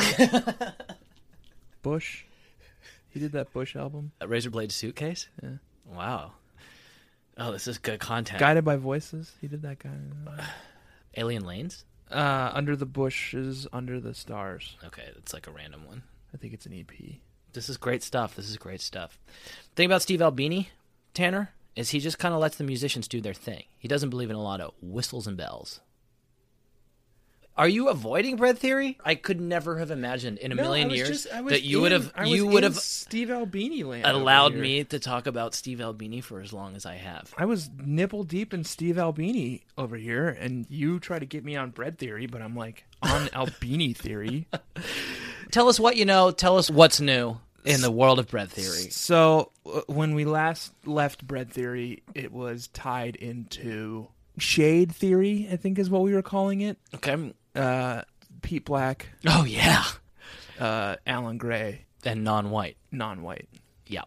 Bush. He did that Bush album.
A razor blade suitcase? Wow. Oh, this is good content.
Guided by Voices. He did that guy.
Alien Lanes?
Uh, Under the Bushes, Under the Stars.
Okay, it's like a random one.
I think it's an E EP.
This is great stuff. This is great stuff. Thing about Steve Albini, Tanner, is he just kind of lets the musicians do their thing. He doesn't believe in a lot of whistles and bells. Are you avoiding bread theory? I could never have imagined in a million years that you would have you would have
Steve Albini land
allowed me to talk about Steve Albini for as long as I have.
I was nipple deep in Steve Albini over here, and you try to get me on bread theory, but I'm like on Albini theory.
Tell us what you know. Tell us what's new in the world of bread theory.
So uh, when we last left bread theory, it was tied into shade theory. I think is what we were calling it.
Okay.
Uh, Pete Black,
Oh yeah.
uh, Alan Gray,
And non-white.
non-white.
Yeah.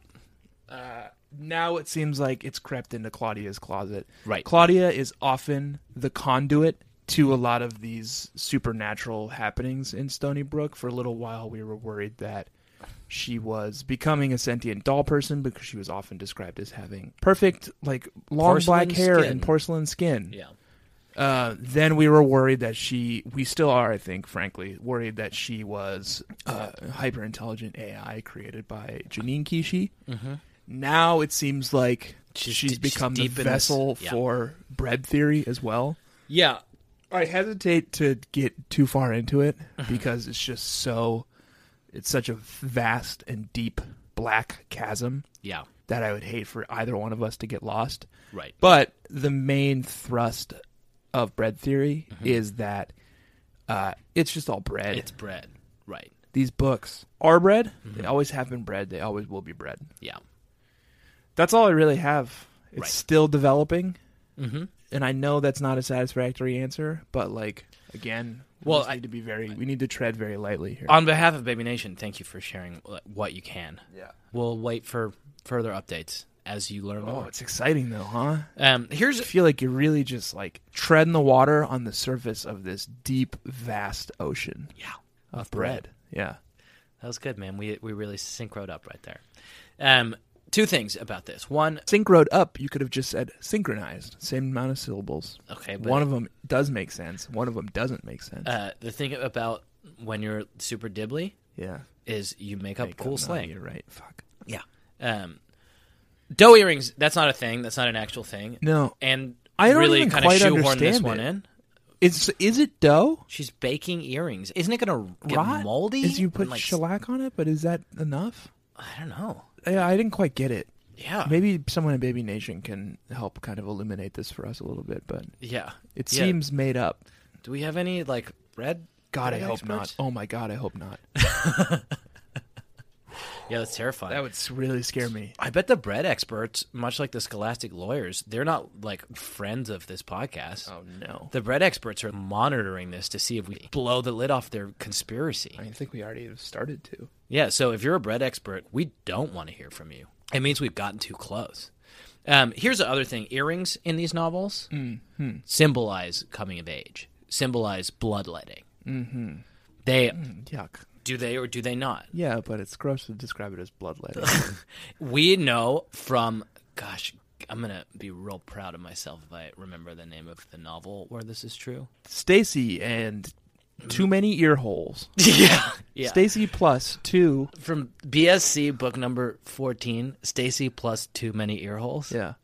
now it seems like it's crept into Claudia's closet.
Right.
Claudia is often the conduit to a lot of these supernatural happenings in Stony Brook. For a little while, we were worried that she was becoming a sentient doll person because she was often described as having perfect, like, long
Porcelain
black hair
skin.
and porcelain skin.
Yeah.
Uh, then we were worried that she, we still are, I think, frankly, worried that she was uh, hyper intelligent AI created by Janine Kishi. Mm-hmm. Now it seems like
She's
she's,
d- she's
become
deep
the
in this-
vessel
yeah.
for bread theory as well.
Yeah.
I hesitate to get too far into it
Uh-huh.
because it's just so, it's such a vast and deep black chasm
Yeah.
that I would hate for either one of us to get lost.
Right.
But the main thrust of bread theory is that uh, it's just all bread.
Mm-hmm. It's Mm-hmm. bread. Right.
These books are bread. They always have been bread. They always will be bread.
Yeah.
That's all I really have. It's
Right.
still developing,
Mm-hmm.
and I know that's not a satisfactory answer. But like again, we
Well,
just
I-
need to be very. We need to tread very lightly here.
On behalf of Baby Nation, thank you for sharing wh- what you can.
Yeah.
We'll wait for further updates as you learn
Oh,
more.
it's exciting though, huh?
Um,
I
here's
feel like you're really just like treading the water on the surface of this deep, vast ocean
yeah,
of bread. Yeah.
Oh, That was good, man. We we really synchroed up right there. Um, two things about this. One,
synchroed up, you could have just said synchronized, same amount of syllables.
okay, but,
One of them does make sense. One of them doesn't make sense.
uh, the thing about when you're super dibbly
Yeah.
is you make up cool slang.
You're right. Fuck.
Yeah. Um, dough earrings. That's not a thing. That's not an actual thing.
No.
And
I don't
really
even
kind
quite
of shoehorn this
understand
one
it.
in.
It's is it dough?
She's baking earrings. Isn't it going to get
Rot?
moldy?
Is you
and,
put
like,
shellac on it, but is that enough?
I don't know.
I, I didn't quite get it.
Yeah.
Maybe someone in Baby Nation can help kind of illuminate this for us a little bit, but
Yeah.
it
Yeah.
seems made up.
Do we have any like bread?
God, I
bread
hope
experts?
not. Oh my God, I hope not.
Oh. Yeah, that's terrifying.
That would s- really scare me.
I bet the bread experts, much like the scholastic lawyers, they're not like friends of this podcast.
Oh, no.
The bread experts are monitoring this to see if we blow the lid off their conspiracy.
I think we already have started to.
Yeah, so if you're a bread expert, we don't want to hear from you. It means we've gotten too close. Um, here's the other thing earrings in these novels Mm-hmm. symbolize coming of age, symbolize bloodletting. Mm-hmm. Mm. They
Yuck.
do they or do they not?
Yeah, but it's gross to describe it as bloodletting.
We know from, gosh, I'm going to be real proud of myself if I remember the name of the novel where this is true.
Stacy and too many ear holes.
yeah. Yeah.
Stacy plus two.
from BSC book number 14, Stacy plus too many ear holes.
Yeah.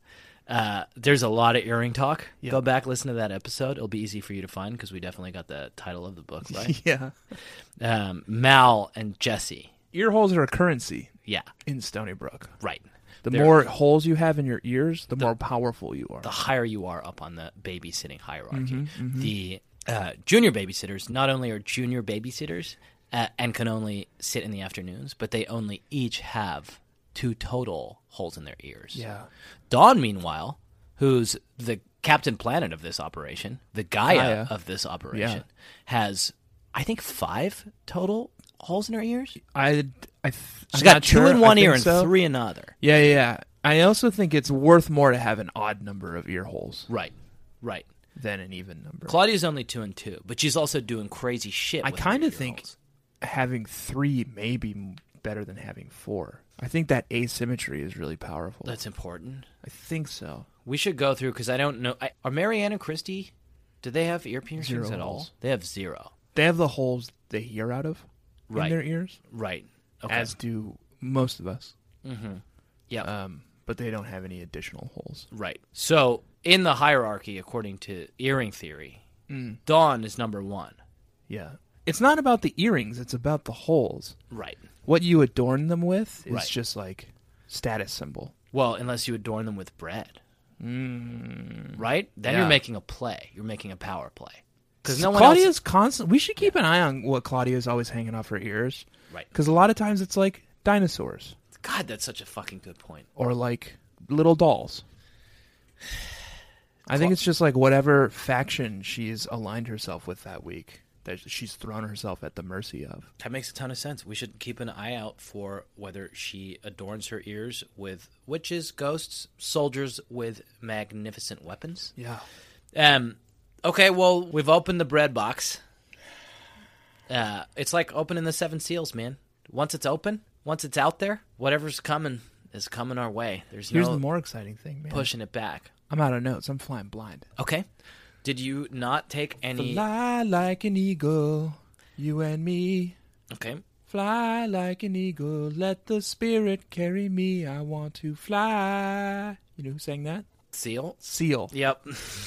Uh, there's a lot of earring talk. Go back, listen to that episode. It'll be easy for you to find because we definitely got the title of the book right.
Yeah.
um, Mal and Jesse.
Ear holes are a currency
Yeah,
in Stony Brook.
right.
The
They're-
more holes you have in your ears, the, more powerful you are.
the higher you are up on the babysitting hierarchy, the uh, junior babysitters not only are junior babysitters uh, and can only sit in the afternoons, but they only each have two total holes in their ears.
yeah.
Dawn, meanwhile, who's the Captain Planet of this operation, the Gaia,
Gaia.
of this operation, has I think five total holes in her ears.
I, I, th-
She's
I'm
got
not
two
sure.
in
I
one
think
ear and
so.
three in the other.
Yeah, yeah, yeah. I also think it's worth more to have an odd number of ear holes
Right, right.
than an even number.
Claudia's only two and two, but she's also doing crazy shit.
I
with her
kind
ear
of think
holes.
having three may be m- better than having four. I think that asymmetry is really powerful.
that's important.
I think so.
We should go through because I don't know. I, are Marianne and Christy? Do they have ear piercings
Zero
at all?
holes.
They have zero.
They have the holes they hear out of
Right.
in their ears,
Right. Okay.
as do most of us.
yeah.
Um, but they don't have any additional holes.
Right. So in the hierarchy, according to earring theory, Dawn is number one.
Yeah. It's not about the earrings, it's about the holes.
Right.
What you adorn them with is
Right.
just like status symbol.
Well, unless you adorn them with bread. Mm. Right? Then
Yeah.
you're making a play. You're making a power play. Because no
No
one else.
Claudia's constant. We should keep an eye on what Claudia's always hanging off her ears.
Right.
Because a lot of times it's like dinosaurs
God, that's such a fucking good point.
or like little dolls. I think it's just like whatever faction she's aligned herself with that week that she's thrown herself at the mercy of.
That makes a ton of sense. We should keep an eye out for whether she adorns her ears with witches, ghosts, soldiers with magnificent weapons.
Yeah.
Um, okay, well, we've opened the bread box. Uh, it's like opening the seven seals, man. Once it's open, once it's out there, whatever's coming is coming our way. There's
Here's
no
the more exciting thing, man.
pushing it back.
I'm out of notes. I'm flying blind.
Okay. Did you not take any?
Fly like an eagle, you and me.
Okay.
Fly like an eagle, let the spirit carry me. I want to fly. You know who sang that?
Seal.
Seal.
Yep.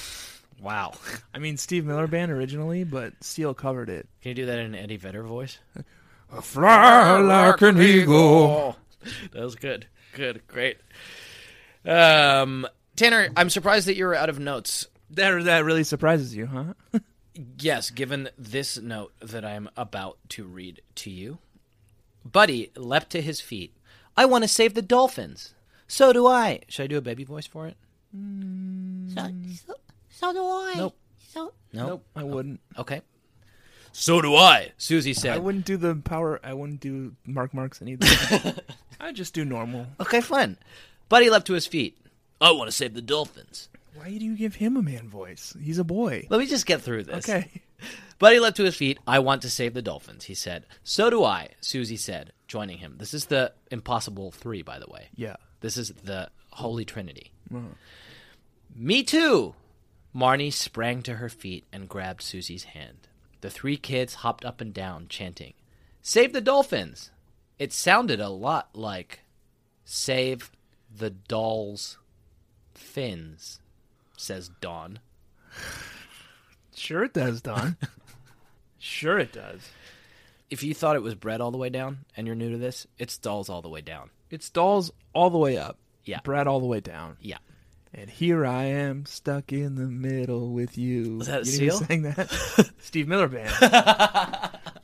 wow.
I mean, Steve Miller Band originally, but Seal covered it.
Can you do that in an Eddie Vedder voice?
Fly like an eagle.
That was good. Good. Great. Um, Tanner, I'm surprised that you're out of notes.
That, that really surprises you, huh?
Yes, given this note that I am about to read to you. Buddy leapt to his feet. I want to save the dolphins. So do I. Should I do a baby voice for it?
So, so, so do I.
Nope.
So
No.
I wouldn't.
Okay. So do I, Susie said.
I wouldn't do the power. I wouldn't do Mark Marks either. I'd just do normal.
Okay, fine. Buddy leapt to his feet. I want to save the dolphins.
Why do you give him a man voice? He's a boy.
Let me just get through this.
Okay.
Buddy leapt to his feet. I want to save the dolphins, he said. So do I, Susie said, joining him. This is the impossible three, by the way.
Yeah.
This is the Holy Trinity. Me too! Marnie sprang to her feet and grabbed Susie's hand. The three kids hopped up and down, chanting, Save the dolphins! It sounded a lot like Save the dolls' fins, says Dawn.
Sure it does, Don. sure it does.
If you thought it was bread all the way down and you're new to this, it's dolls all the way down.
It's dolls all the way up.
Yeah.
Brad all the way down.
Yeah.
And here I am, stuck in the middle with you. Was
that
you know
Seal?
who sang that? Steve Miller Band,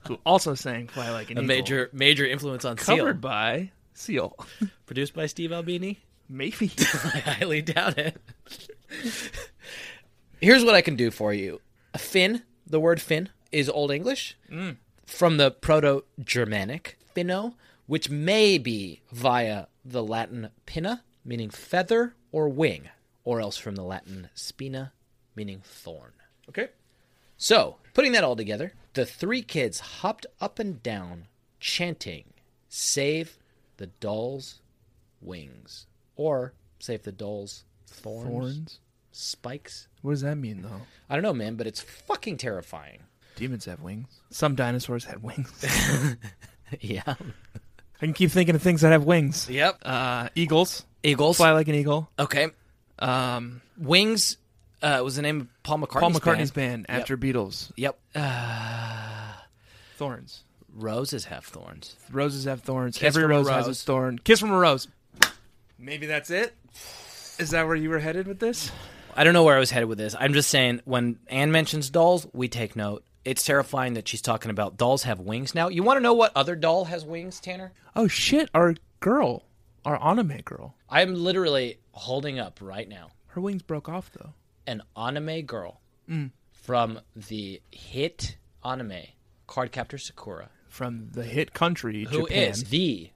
who also sang "Fly Like an
A
Eagle,"
major major influence on
covered
Seal.
by Seal.
Produced by Steve Albini.
Maybe
I highly doubt it. Here's what I can do for you. A fin, the word fin, is Old English from the Proto Germanic finno, which may be via the Latin pinna, meaning feather or wing, or else from the Latin spina, meaning thorn.
okay.
So, putting that all together, the three kids hopped up and down, chanting, Save the doll's wings. Or, Save the doll's thorns,
Horns.
spikes.
What does that mean, though?
I don't know, man, but it's fucking terrifying.
Demons have wings. Some dinosaurs had wings.
Yeah.
I can keep thinking of things that have wings.
Yep.
Uh, eagles
Eagles.
fly like an eagle.
Okay.
Um,
Wings uh, was the name of Paul McCartney's
Paul McCartney's
band. Uh,
band, after Beatles.
Yep.
Thorns.
Roses have thorns.
Roses have thorns.
Kiss
Every
from a
rose, has
rose.
its thorn. Kiss from a rose. Maybe that's it. Is that where you were headed with this?
I don't know where I was headed with this. I'm just saying when Anne mentions dolls, we take note. It's terrifying that she's talking about dolls have wings now. You want to know what other doll has wings, Tanner?
Oh shit! Our girl, our anime girl.
I'm literally holding up right now
Her wings broke off though.
an anime girl from the hit anime Cardcaptor Sakura,
From the hit country
who is
Japan.
the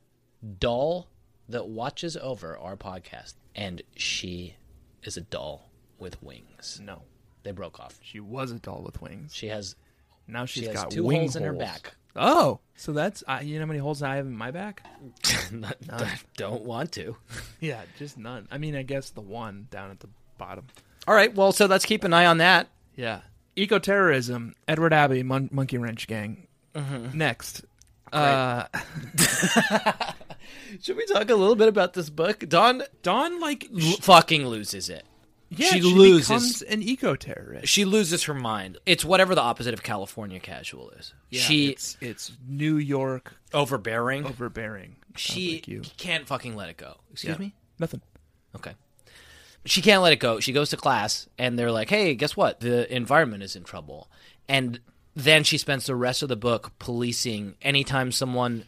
doll that watches over our podcast, and she is a doll with wings.
No,
They broke off.
she was a doll with wings.
She has
Now
she
she's
has
got
two
wing
holes in her back.
Oh, so that's I, you know how many holes I have in my back?
Not- Don't want to.
Yeah, just none. I mean, I guess the one down at the bottom.
All right. Well, so let's keep an eye on that.
Yeah. Eco terrorism, Edward Abbey, Mon- Monkey Wrench Gang.
Mm-hmm.
Next. Uh,
Should we talk a little bit about this book? Dawn
Dawn, like,
l- fucking loses it.
yeah,
she
she,
loses.
becomes an eco terrorist.
She loses her mind. It's whatever the opposite of California casual is. she
it's, it's New York
overbearing.
overbearing. Sounds
she
like you.
can't fucking let it go. Oh, Excuse
Yeah.
me?
Nothing.
Okay. She can't let it go. She goes to class and they're like, "Hey, guess what? The environment is in trouble." And then she spends the rest of the book policing anytime someone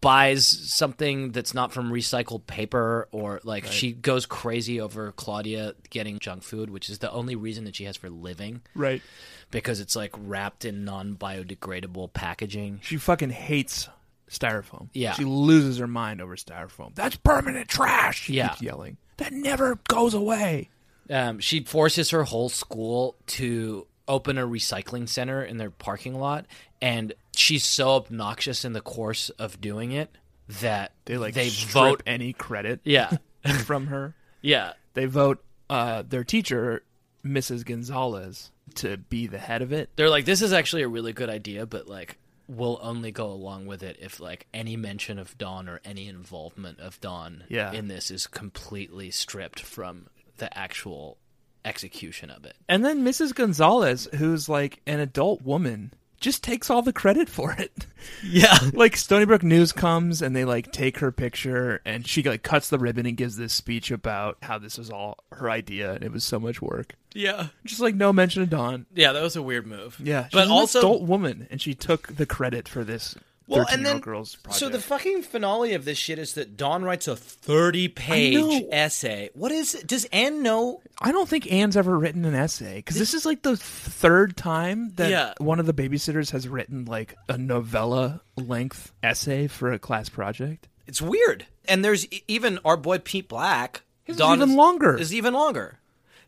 buys something that's not from recycled paper or like she goes crazy over Claudia getting junk food, which is the only reason that she has for living
Right.
because it's like wrapped in non-biodegradable packaging.
She fucking hates styrofoam.
Yeah.
She loses her mind over styrofoam. That's permanent trash. She
Yeah.
keeps yelling. That never goes away.
Um, she forces her whole school to open a recycling center in their parking lot, and she's so obnoxious in the course of doing it that
They like
they
strip
vote.
any credit
Yeah,
from her.
yeah,
They vote uh, their teacher, Mrs. Gonzalez, to be the head of it.
they're like, this is actually a really good idea, but like, we'll only go along with it if like any mention of Dawn or any involvement of Dawn
Yeah.
in this is completely stripped from the actual execution of it.
And then Mrs. Gonzalez, who's like an adult woman, just takes all the credit for it.
Yeah,
like Stony Brook News comes and they like take her picture and she like cuts the ribbon and gives this speech about how this was all her idea and it was so much work.
yeah,
Just like no mention of Dawn.
yeah. That was a weird move.
Yeah, she's
but
an
also
adult woman and she took the credit for this.
Well,
13
and
year old
then
girls project.
so the fucking finale of this shit is that Dawn writes a thirty-page
know.
essay. What is? Does Anne know?
I don't think Anne's ever written an essay because this is like the third time that
Yeah.
one of the babysitters has written like a novella length essay for a class project.
It's weird. And there's e- even our boy Pete Black.
His is even longer.
Is even longer.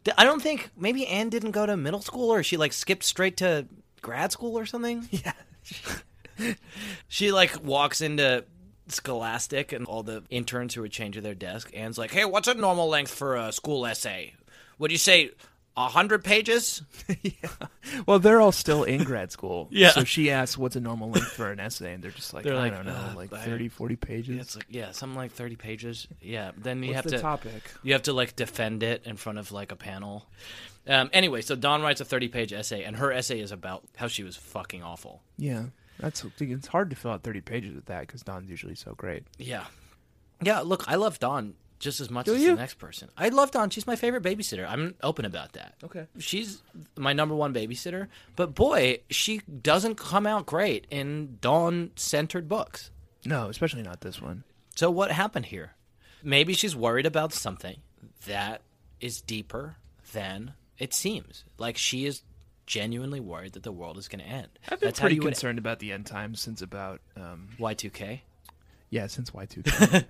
Th- I don't think maybe Anne didn't go to middle school, or she like skipped straight to grad school or something. Yeah. she like walks into Scholastic and all the interns who are changing their desk. Anne's like, "Hey, what's a normal length for a school essay? Would you say a hundred pages.
Well, they're all still in grad school.
Yeah.
So she asks, what's a normal length for an essay? And they're just like,
They're
I
like,
don't know,
"Uh,
like
I-
30, 40 pages.
It's like yeah, something like thirty pages. Yeah. Then you
What's
have
the
to
topic?
you have to like defend it in front of like a panel. Um, anyway, so Dawn writes a thirty-page essay, and her essay is about how she was fucking awful.
Yeah. That's it's hard to fill out 30 pages with that because Don's usually so great.
Yeah. Yeah, look, I love Dawn just as much as
you?
the next person. I love Dawn. She's my favorite babysitter. I'm open about that.
Okay.
She's my number one babysitter. But boy, she doesn't come out great in Dawn centered books.
No, especially not this one.
So what happened here? Maybe she's worried about something that is deeper than it seems. Like she is genuinely worried that the world is going to end.
I've been
That's
pretty
how you
concerned about the end times since about, um,
would Y2K.
yeah, since Y2K.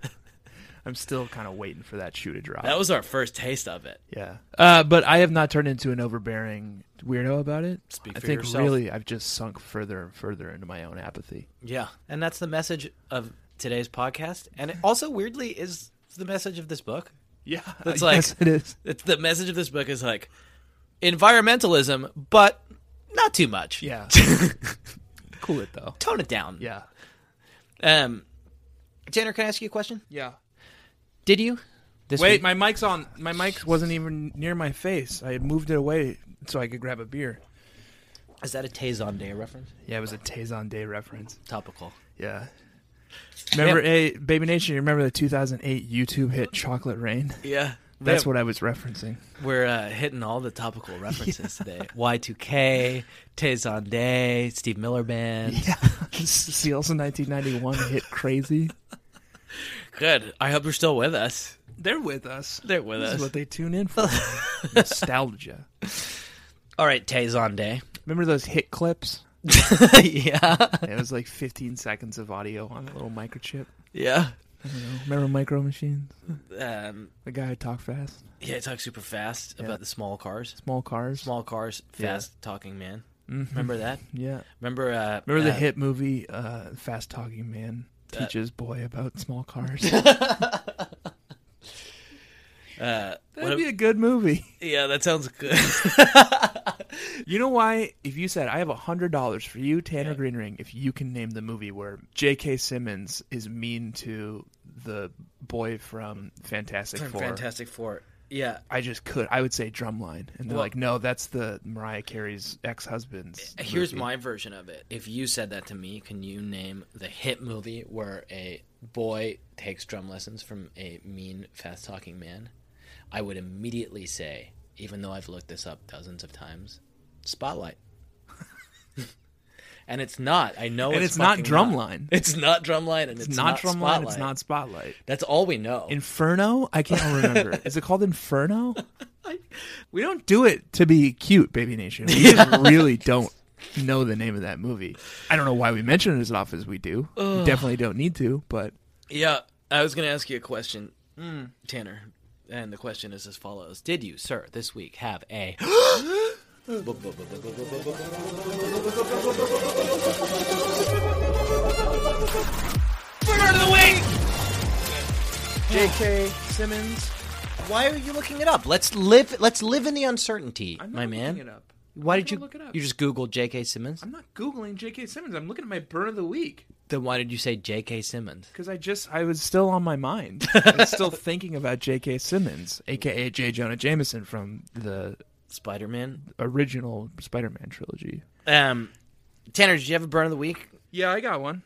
I'm still kind of waiting for that shoe to drop.
That was our first taste of it.
Yeah. Uh, but I have not turned into an overbearing weirdo about it.
Speak
I
for
think
yourself.
really I've just sunk further and further into my own apathy.
Yeah. And that's the message of today's podcast. And it also, weirdly, is the message of this book.
Yeah.
That's
yes,
like-
it is.
It's the message of this book is like environmentalism, but not too much.
Yeah. cool it though.
Tone it down.
Yeah.
Um, Tanner, can I ask you a question?
Yeah.
Did you? This
Wait,
week-
my mic's on. My mic wasn't even near my face. I had moved it away so I could grab a beer.
is that a Tazon Day reference?
Yeah, it was a Tazon Day reference.
Topical.
Yeah. Remember, hey, Baby Nation, you remember the 2008 YouTube hit Chocolate Rain?
Yeah.
That's
We're-
what I was referencing.
we're uh, hitting all the topical references today. Y2K, Tazon Day, Steve Miller Band.
Yeah. Seals in 1991 hit crazy.
Good. I hope you're still with us.
They're with us.
They're with
This
us.
is what they tune in for. Nostalgia.
All right, Tazon Day.
Remember those hit clips?
yeah.
It was like 15 seconds of audio on a little microchip.
Yeah.
Remember micro machines?
Um,
The guy who talked fast,
yeah, talk super fast about the small cars.
small cars.
Small cars, fast talking man. Remember that?
Yeah.
Remember uh
Mm-hmm. Remember the
uh,
hit movie uh, Fast Talking Man teaches boy about small cars.
uh,
That'd
what-
be a good movie.
Yeah, that sounds good.
You know why? If you said I have a hundred dollars for you, Tanner Greenring, if you can name the movie where J.K. Simmons is mean to the boy from Fantastic Four,
Fantastic Four. Yeah.
I just could. I would say Drumline, and they're
Well-
like, "No, that's the Mariah Carey's ex-husband's."
Here's
movie."
my version of it. If you said that to me, can you name the hit movie where a boy takes drum lessons from a mean, fast talking man? I would immediately say, even though I've looked this up dozens of times, Spotlight. and it's not. I know
And
it's,
it's not
fucking
Drumline.
It's not Drumline, and it's,
It's
not,
not Drumline.
Spotlight.
It's not Spotlight.
That's all we know.
Inferno? I can't remember. Is it called Inferno? We don't do it to be cute, Baby Nation. We just really don't know the name of that movie. I don't know why we mention it as often as we do. We definitely don't need to, but
Yeah, I was going to ask you a question, Tanner. And the question is as follows Did you, sir, this week have a.
J.K. Simmons.
Why are you looking it up? Let's live. Let's live in the uncertainty, my man.
up.
Why did you?
gonna look it up.
You just Googled J.K. Simmons.
I'm not googling J.K. Simmons. I'm looking at my burn of the week
Then why did you say J.K. Simmons?
because I just I was still on my mind. I was still thinking about J.K. Simmons, aka J. Jonah Jameson from the
Spider Man.
original Spider-Man trilogy.
Um, Tanner, did you have a burn of the week?
Yeah, I got one.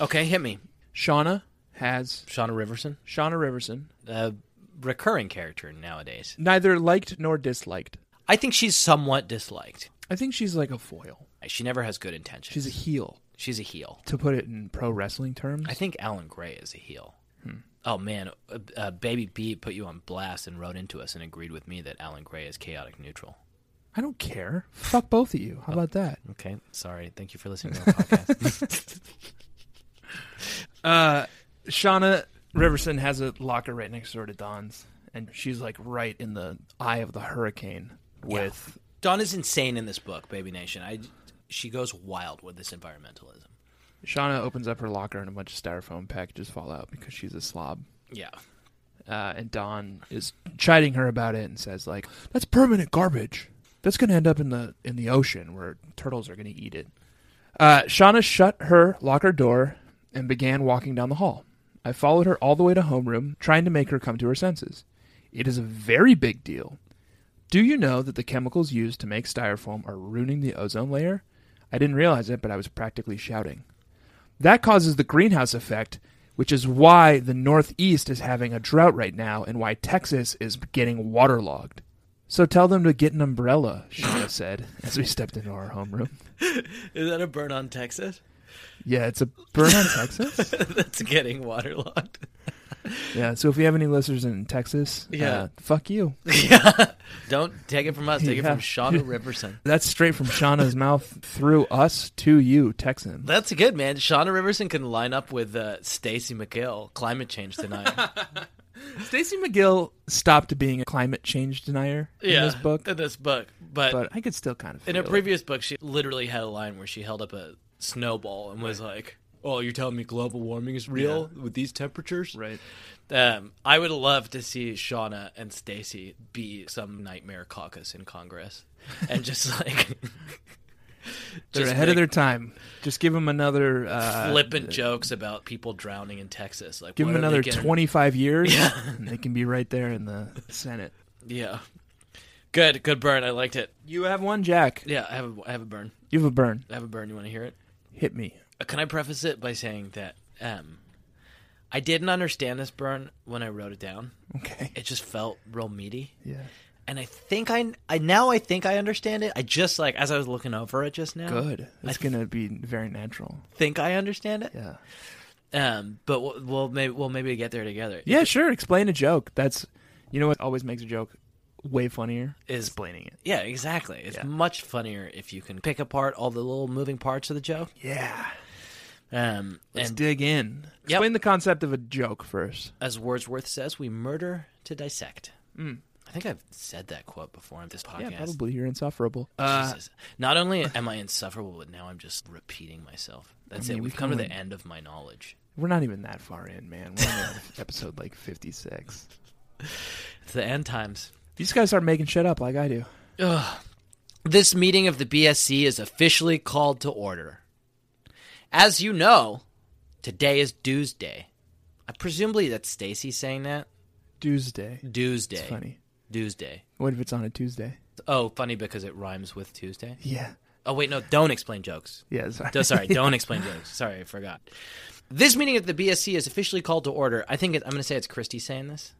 Okay, hit me.
Shauna has
Shauna Riverson,
Shauna Riverson
a recurring character nowadays.
neither liked nor disliked.
I think she's somewhat disliked.
I think she's like a foil.
She never has good intentions.
She's a heel,
she's a heel.
to put it in pro wrestling terms.
I think Alan Gray is a heel. Oh man, uh, uh, Baby B put you on blast and wrote into us and agreed with me that Alan Gray is chaotic neutral.
I don't care. Fuck both of you. How about that?
Okay, sorry. Thank you for listening to our podcast.
Uh, Shauna Riverson has a locker right next door to Don's, and she's like right in the eye of the hurricane with.
Dawn is insane in this book, Baby Nation. I, she goes wild with this environmentalism.
Shauna opens up her locker and a bunch of styrofoam packages fall out because she's a slob.
Yeah.
uh, and Don is chiding her about it and says like, "That's permanent garbage. That's gonna end up in the in the ocean where turtles are gonna eat it." Uh, Shauna shut her locker door and began walking down the hall. I followed her all the way to homeroom, trying to make her come to her senses. It is a very big deal. Do you know that the chemicals used to make styrofoam are ruining the ozone layer? I didn't realize it, but I was practically shouting. That causes the greenhouse effect, which is why the Northeast is having a drought right now and why Texas is getting waterlogged. So tell them to get an umbrella, Sheena said as we stepped into our homeroom.
Is that a burn on Texas?
Yeah, it's a burn on Texas.
That's getting waterlogged.
Yeah, so if we have any listeners in Texas,
Yeah.
uh, fuck you.
yeah. Don't take it from us. Take it
Yeah.
from Shauna Riverson.
That's straight from Shauna's mouth through us to you, Texan.
That's good, man. Shauna Riverson can line up with uh, Stacy McGill, climate change tonight.
Stacey McGill stopped being a climate change denier in this book,
In this book. But,
but I could still kind of
in a
feel it.
previous book, she literally had a line where she held up a snowball and was like, Oh, you're telling me global warming is real with these temperatures?
right.
Um, I would love to see Shauna and Stacy be some nightmare caucus in Congress, and just like
They're
just
ahead of their
make
time. Just give them another uh,
flippant jokes about people drowning in Texas. Like
Give
what
them
are they
another
getting-
25 years, and they can be right there in the Senate.
Yeah, good, good burn. I liked it.
You have one, Jack.
Yeah, I have, a, I have a burn.
You have a burn.
I have a burn. You want to hear it?
Hit me.
Uh, Can I preface it by saying that um, I didn't understand this burn when I wrote it down.
Okay.
It just felt real meaty.
Yeah.
and I think I, I now I think I understand it. I just like as I was looking over it just now.
Good. It's
Oh. I
going to be very natural.
think I understand it.
Yeah.
Um, but we'll, we'll maybe we'll maybe get there together.
Yeah, sure. Explain a joke. That's, you know what always makes a joke way funnier?
Is-
explaining it.
Yeah, exactly. It's
Yeah.
much funnier if you can pick apart all the little moving parts of the joke.
Yeah.
Um,
Let's
and
dig in.
Yep.
Explain the concept of a joke first.
as Wordsworth says, we murder to dissect. I think I've said that quote before on this podcast.
Mm. Yeah, probably. You're insufferable. Uh,
Jesus. Not only am I insufferable, but now I'm just repeating myself. That's
mean,
it.
we
We've come to
can
the end of my knowledge.
we're not even that far in, man. We're on episode like 56.
It's the end times.
These guys start making shit up like I do.
This meeting of the BSC is officially called to order. As you know, today is Dues Day. I presumably that's Stacy saying that.
Tuesday.
Dues Day.
Funny.
Dues Day.
What if it's on a Tuesday?
Oh, funny because it rhymes with Tuesday.
Yeah.
Oh wait, no, don't explain jokes.
Yeah, sorry.
Do- sorry, don't explain jokes. Sorry, I forgot. This meeting at the BSC is officially called to order. I think it, I'm going to say it's Christy saying this.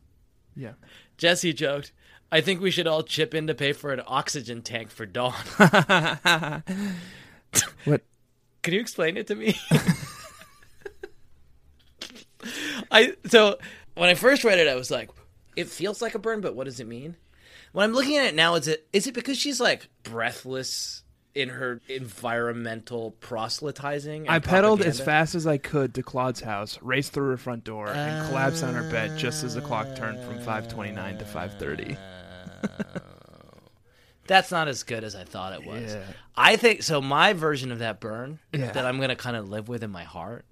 yeah.
Jesse joked, "I think we should all chip in to pay for an oxygen tank for Dawn."
What?
Can you explain it to me? I so when I first read it, I was like, it feels like a burn, but what does it mean? When I'm looking at it now, is it is it because she's like breathless in her environmental proselytizing? and
I pedaled as
propaganda?
fast as I could to Claude's house, raced through her front door, and collapsed on her bed just as the clock turned from 5:29 to 5:30.
That's not as good as I thought it was.
Yeah.
I think so. My version of that burn
Yeah.
that I'm gonna kind of live with in my heart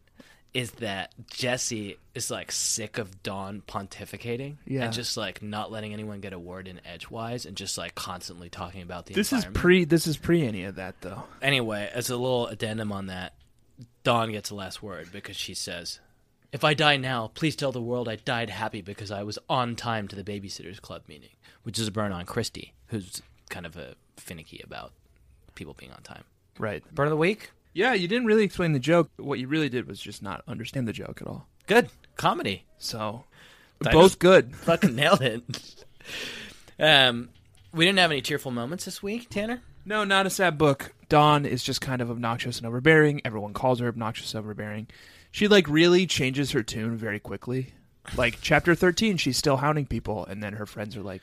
is that Jesse is like sick of Dawn pontificating
Yeah.
and just like not letting anyone get a word in edgewise and just like constantly talking about the
This is
environment.
pre this is pre any of that though.
anyway. As a little addendum on that, Dawn gets the last word because she says. If I die now, please tell the world I died happy because I was on time to the Babysitters Club meeting, which is a burn on Christy, who's kind of a finicky about people being on time.
Right.
Burn of the week?
Yeah, you didn't really explain the joke. What you really did was just not understand the joke at all.
Good. Comedy.
So
Dinos-
both good.
Fucking nailed it. um, we didn't have any cheerful moments this week, Tanner.
No, not a sad book. Dawn is just kind of obnoxious and overbearing. Everyone calls her obnoxious and overbearing. She like really changes her tune very quickly. Like chapter 13, she's still hounding people and then her friends are like,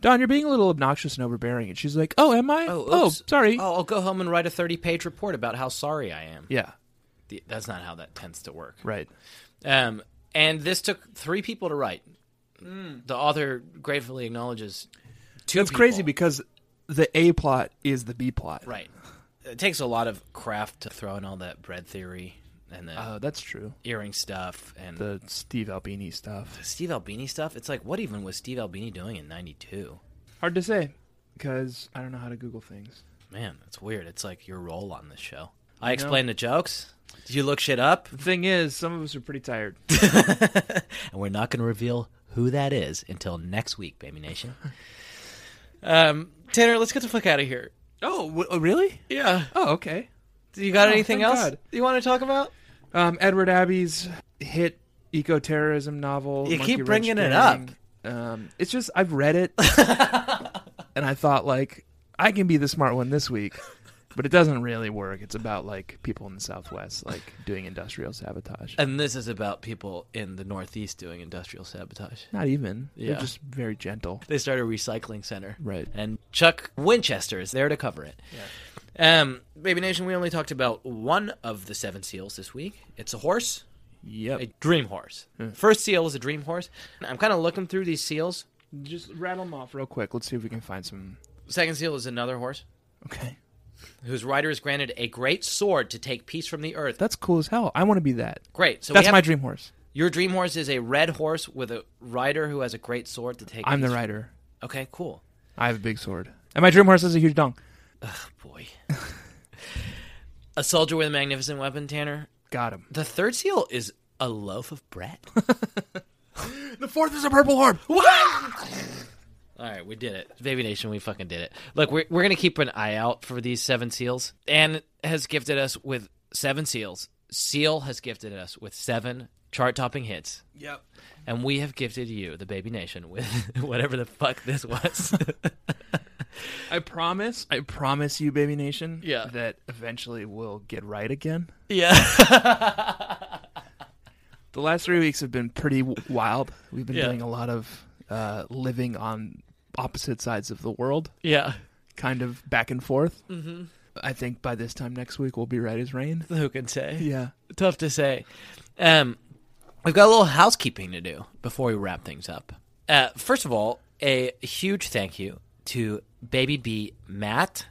"Dawn, you're being a little obnoxious and overbearing." And she's like, "Oh, am I? sorry."
Oh, I'll go home and write a 30 page report about how sorry I am.
Yeah,
The- That's not how that tends to work.
right.
Um, and this took three people to write. The author gratefully acknowledges two
That's crazy
people.
because the A plot is the B plot.
Right. It takes a lot of craft to throw in all that bread theory and the
Oh, that's true.
earring stuff and
The Steve Albini stuff.
Steve Albini stuff. It's like, what even was Steve Albini doing in '92?
Hard to say because I don't know how to Google things.
Man, that's weird. It's like your role on this show. I explained the jokes. Did you look shit up?
The thing is, some of us are pretty tired.
and we're not going to reveal who that is until next week, Baby Nation. um, Tanner, let's get the fuck out of here.
Oh, w- really?
Yeah.
Oh, okay.
You got
Oh,
anything
thank
else
God.
you want to talk about?
Um, Edward Abbey's hit eco-terrorism novel.
You
Monkey
keep bringing
Wrench
it up.
Gang. Um, it's just I've read it, and I thought like I can be the smart one this week, but it doesn't really work. It's about like people in the Southwest like doing industrial sabotage.
And this is about people in the Northeast doing industrial sabotage.
Not even.
Yeah.
They're just very gentle.
They start a recycling center.
Right.
And Chuck Winchester is there to cover it. Um, Baby Nation, we only talked about one of the seven seals this week. It's a horse.
Yep.
a dream horse.
Hmm.
First seal is a dream horse. I'm kind of looking through these seals.
just rattle them off real quick. Let's see if we can find some.
Second seal is another horse
Okay.
whose rider is granted a great sword to take peace from the earth.
That's cool as hell. I want to be that.
Great. So we
That's
have-
my dream horse.
Your dream horse is a red horse with a rider who has a great sword to take.
I'm the
peace-
rider.
Okay, cool.
I have a big sword. And my dream horse has a huge dong.
Boy, a soldier with a magnificent weapon. Tanner.
Got him.
The third seal is a loaf of bread.
The fourth is a purple orb.
All right, we did it. Baby Nation, we fucking did it. Look, we're, we're going to keep an eye out for these seven seals. Anne has gifted us with seven seals. Seal has gifted us with seven chart topping hits. Yep. And we have gifted you, the Baby Nation, with whatever the fuck this was.
I promise, I promise you, Baby Nation,
Yeah.
that eventually we'll get right again.
yeah.
The last three weeks have been pretty w- wild. We've been
Yeah.
doing a lot of uh, living on opposite sides of the world,
Yeah.
kind of back and forth. Mm-hmm. I think by this time next week, we'll be right as rain.
Who can say?
Yeah.
Tough to say. Um, we've got a little housekeeping to do before we wrap things up. Uh, first of all, a huge thank you to Baby B Matt,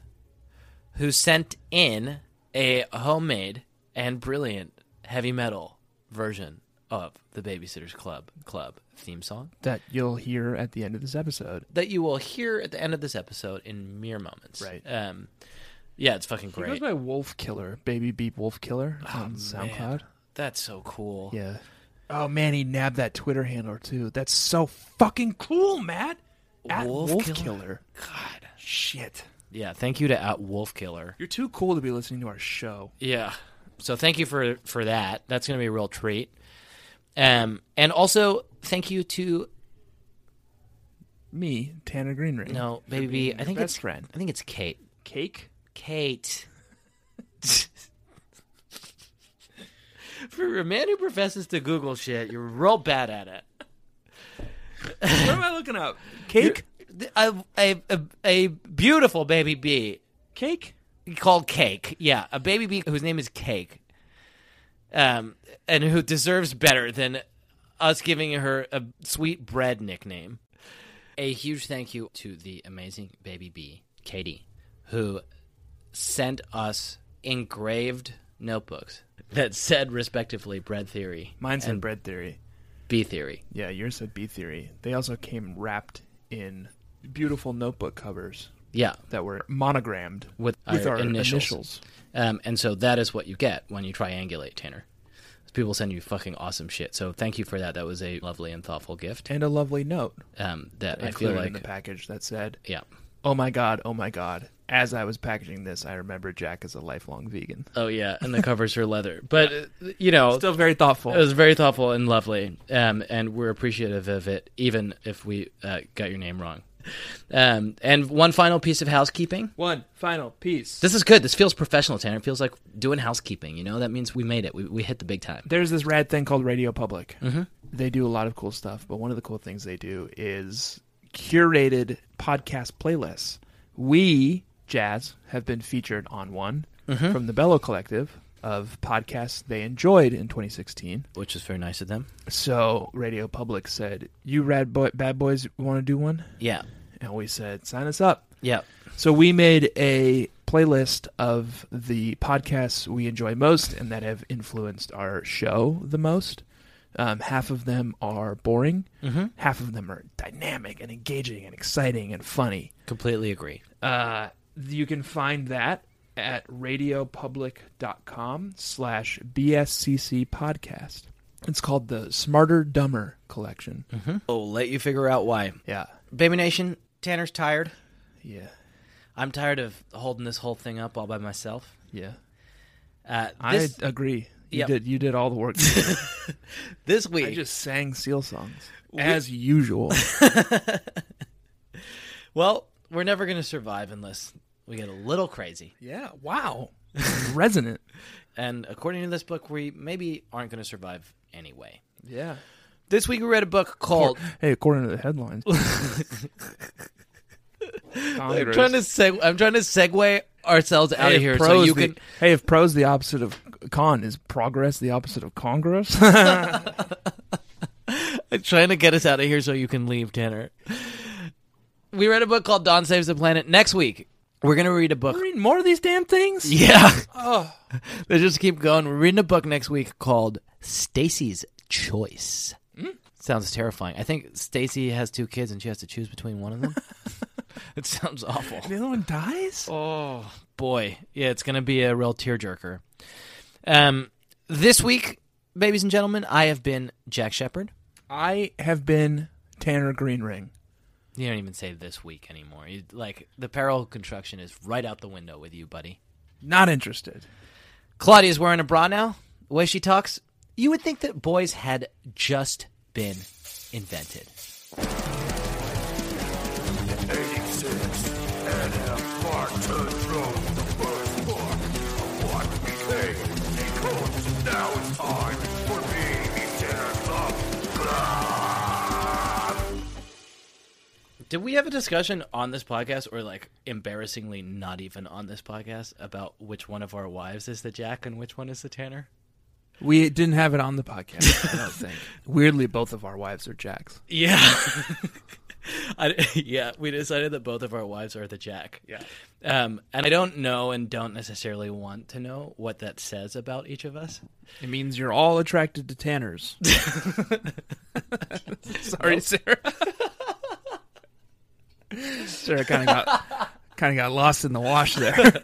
who sent in a homemade and brilliant heavy metal version of the Babysitters Club Club theme song
That you'll hear at the end of this episode.
that you will hear at the end of this episode in mere moments.
Right.
Um, yeah, it's fucking
He goes
great.
by Wolf Killer, Baby Beep Wolf Killer on SoundCloud.
Man, that's so cool.
Yeah. Oh man, he nabbed that Twitter handle too. That's so fucking cool, Matt. At
Wolf
Wolf,
Killer.
Killer.
God.
Shit.
Yeah, thank you to At Wolf Killer.
You're too cool to be listening to our show.
Yeah. So thank you for for that. That's going to be a real treat. Um, and also thank you to
Me, Tanner Greenring.
no baby. I think
best
it's
friend.
I think it's Kate.
Cake?
Kate. for a man who professes to Google shit, you're real bad at it.
What am I looking up? Cake?
A, a, a, a beautiful baby bee
Cake?
called Cake. Yeah, a baby bee whose name is Cake, um, and who deserves better than us giving her a sweet bread nickname. A huge thank you to the amazing baby bee, Katie, who sent us engraved notebooks that said respectively bread theory,
Mine's in
and
bread theory.
bee theory.
Yeah, yours said B theory. They also came wrapped in beautiful notebook covers
Yeah,
that were monogrammed
With our
our
initials.
initials.
Um, and so that is what you get when you triangulate, Tanner. People send you fucking awesome shit. So thank you for that. That was a lovely and thoughtful gift.
And a lovely note
Um, that I feel
included in the
like,
package that said,
yeah.
Oh my god, oh my god. As I was packaging this, I remember Jack is a lifelong vegan.
Oh yeah, and the covers are leather. But uh, you know,
Still very thoughtful.
it was very thoughtful and lovely. Um, and we're appreciative of it, even if we uh, got your name wrong. Um, and one final piece of housekeeping.
One final piece.
This is good. This feels professional, Tanner. It feels like doing housekeeping. You know, that means we made it. We, we hit the big time.
There's this rad thing called Radio Public. They do a lot of cool stuff, but one of the cool things they do is curated podcast playlists. We, Jazz, have been featured on one from the Bellow Collective of podcasts they enjoyed in 2016.
Which is very nice of them.
So Radio Public said, You rad boy- bad boys want to do one?
Yeah.
And we said, Sign us up.
Yeah.
So we made a playlist of the podcasts we enjoy most and that have influenced our show the most. Um, half of them are boring.
Mm-hmm.
Half of them are dynamic and engaging and exciting and funny.
Completely agree.
Uh, you can find that at radiopublic.com slash BSCC podcast. It's called the Smarter Dumber Collection.
Oh, let you figure out why.
Yeah.
Baby Nation, Tanner's tired.
Yeah.
I'm tired of holding this whole thing up all by myself.
Yeah.
Uh, this,
I agree. You
Yep.
did you did all the work.
this week,
I just sang seal songs. As usual.
well, we're never going to survive unless we get a little crazy.
yeah. Wow. Resonant.
And according to this book, we maybe aren't going to survive anyway.
Yeah.
This week, we read a book called.
Hey, according to the headlines.
I'm
Congress.
trying to seg- I'm trying to segue ourselves out of
Hey, if
here so
pro's
you
the-
can.
Hey, if pro's the opposite of con, is progress the opposite of Congress?
trying to get us out of here so you can leave, Tanner. We read a book called Dawn Saves the Planet. Next week, we're going to read a book.
reading more of these damn things?
Yeah. they just keep going. We're reading a book next week called Stacy's Choice. Sounds terrifying. I think Stacy has two kids and she has to choose between one of them. it sounds awful.
The other one dies?
Oh boy, yeah, it's gonna be a real tearjerker. Um, this week, ladies and gentlemen, I have been Jack Shepard.
I have been Tanner Greenring.
You don't even say this week anymore. You, like the parallel construction is right out the window with you, buddy.
Not interested.
Claudia's wearing a bra now. The way she talks, you would think that boys had just been invented. Did we have a discussion on this podcast, or like embarrassingly not even on this podcast, about which one of our wives is the Jack and which one is the Tanner?
We didn't have it on the podcast, I don't think. Weirdly, both of our wives are Jacks.
Yeah. I, yeah, we decided that both of our wives are the Jack. Yeah. Um, and I don't know and don't necessarily want to know what that says about each of us.
It means you're all attracted to Tanners. Sorry, Sarah. Sarah kind of got kind of got lost in the wash there.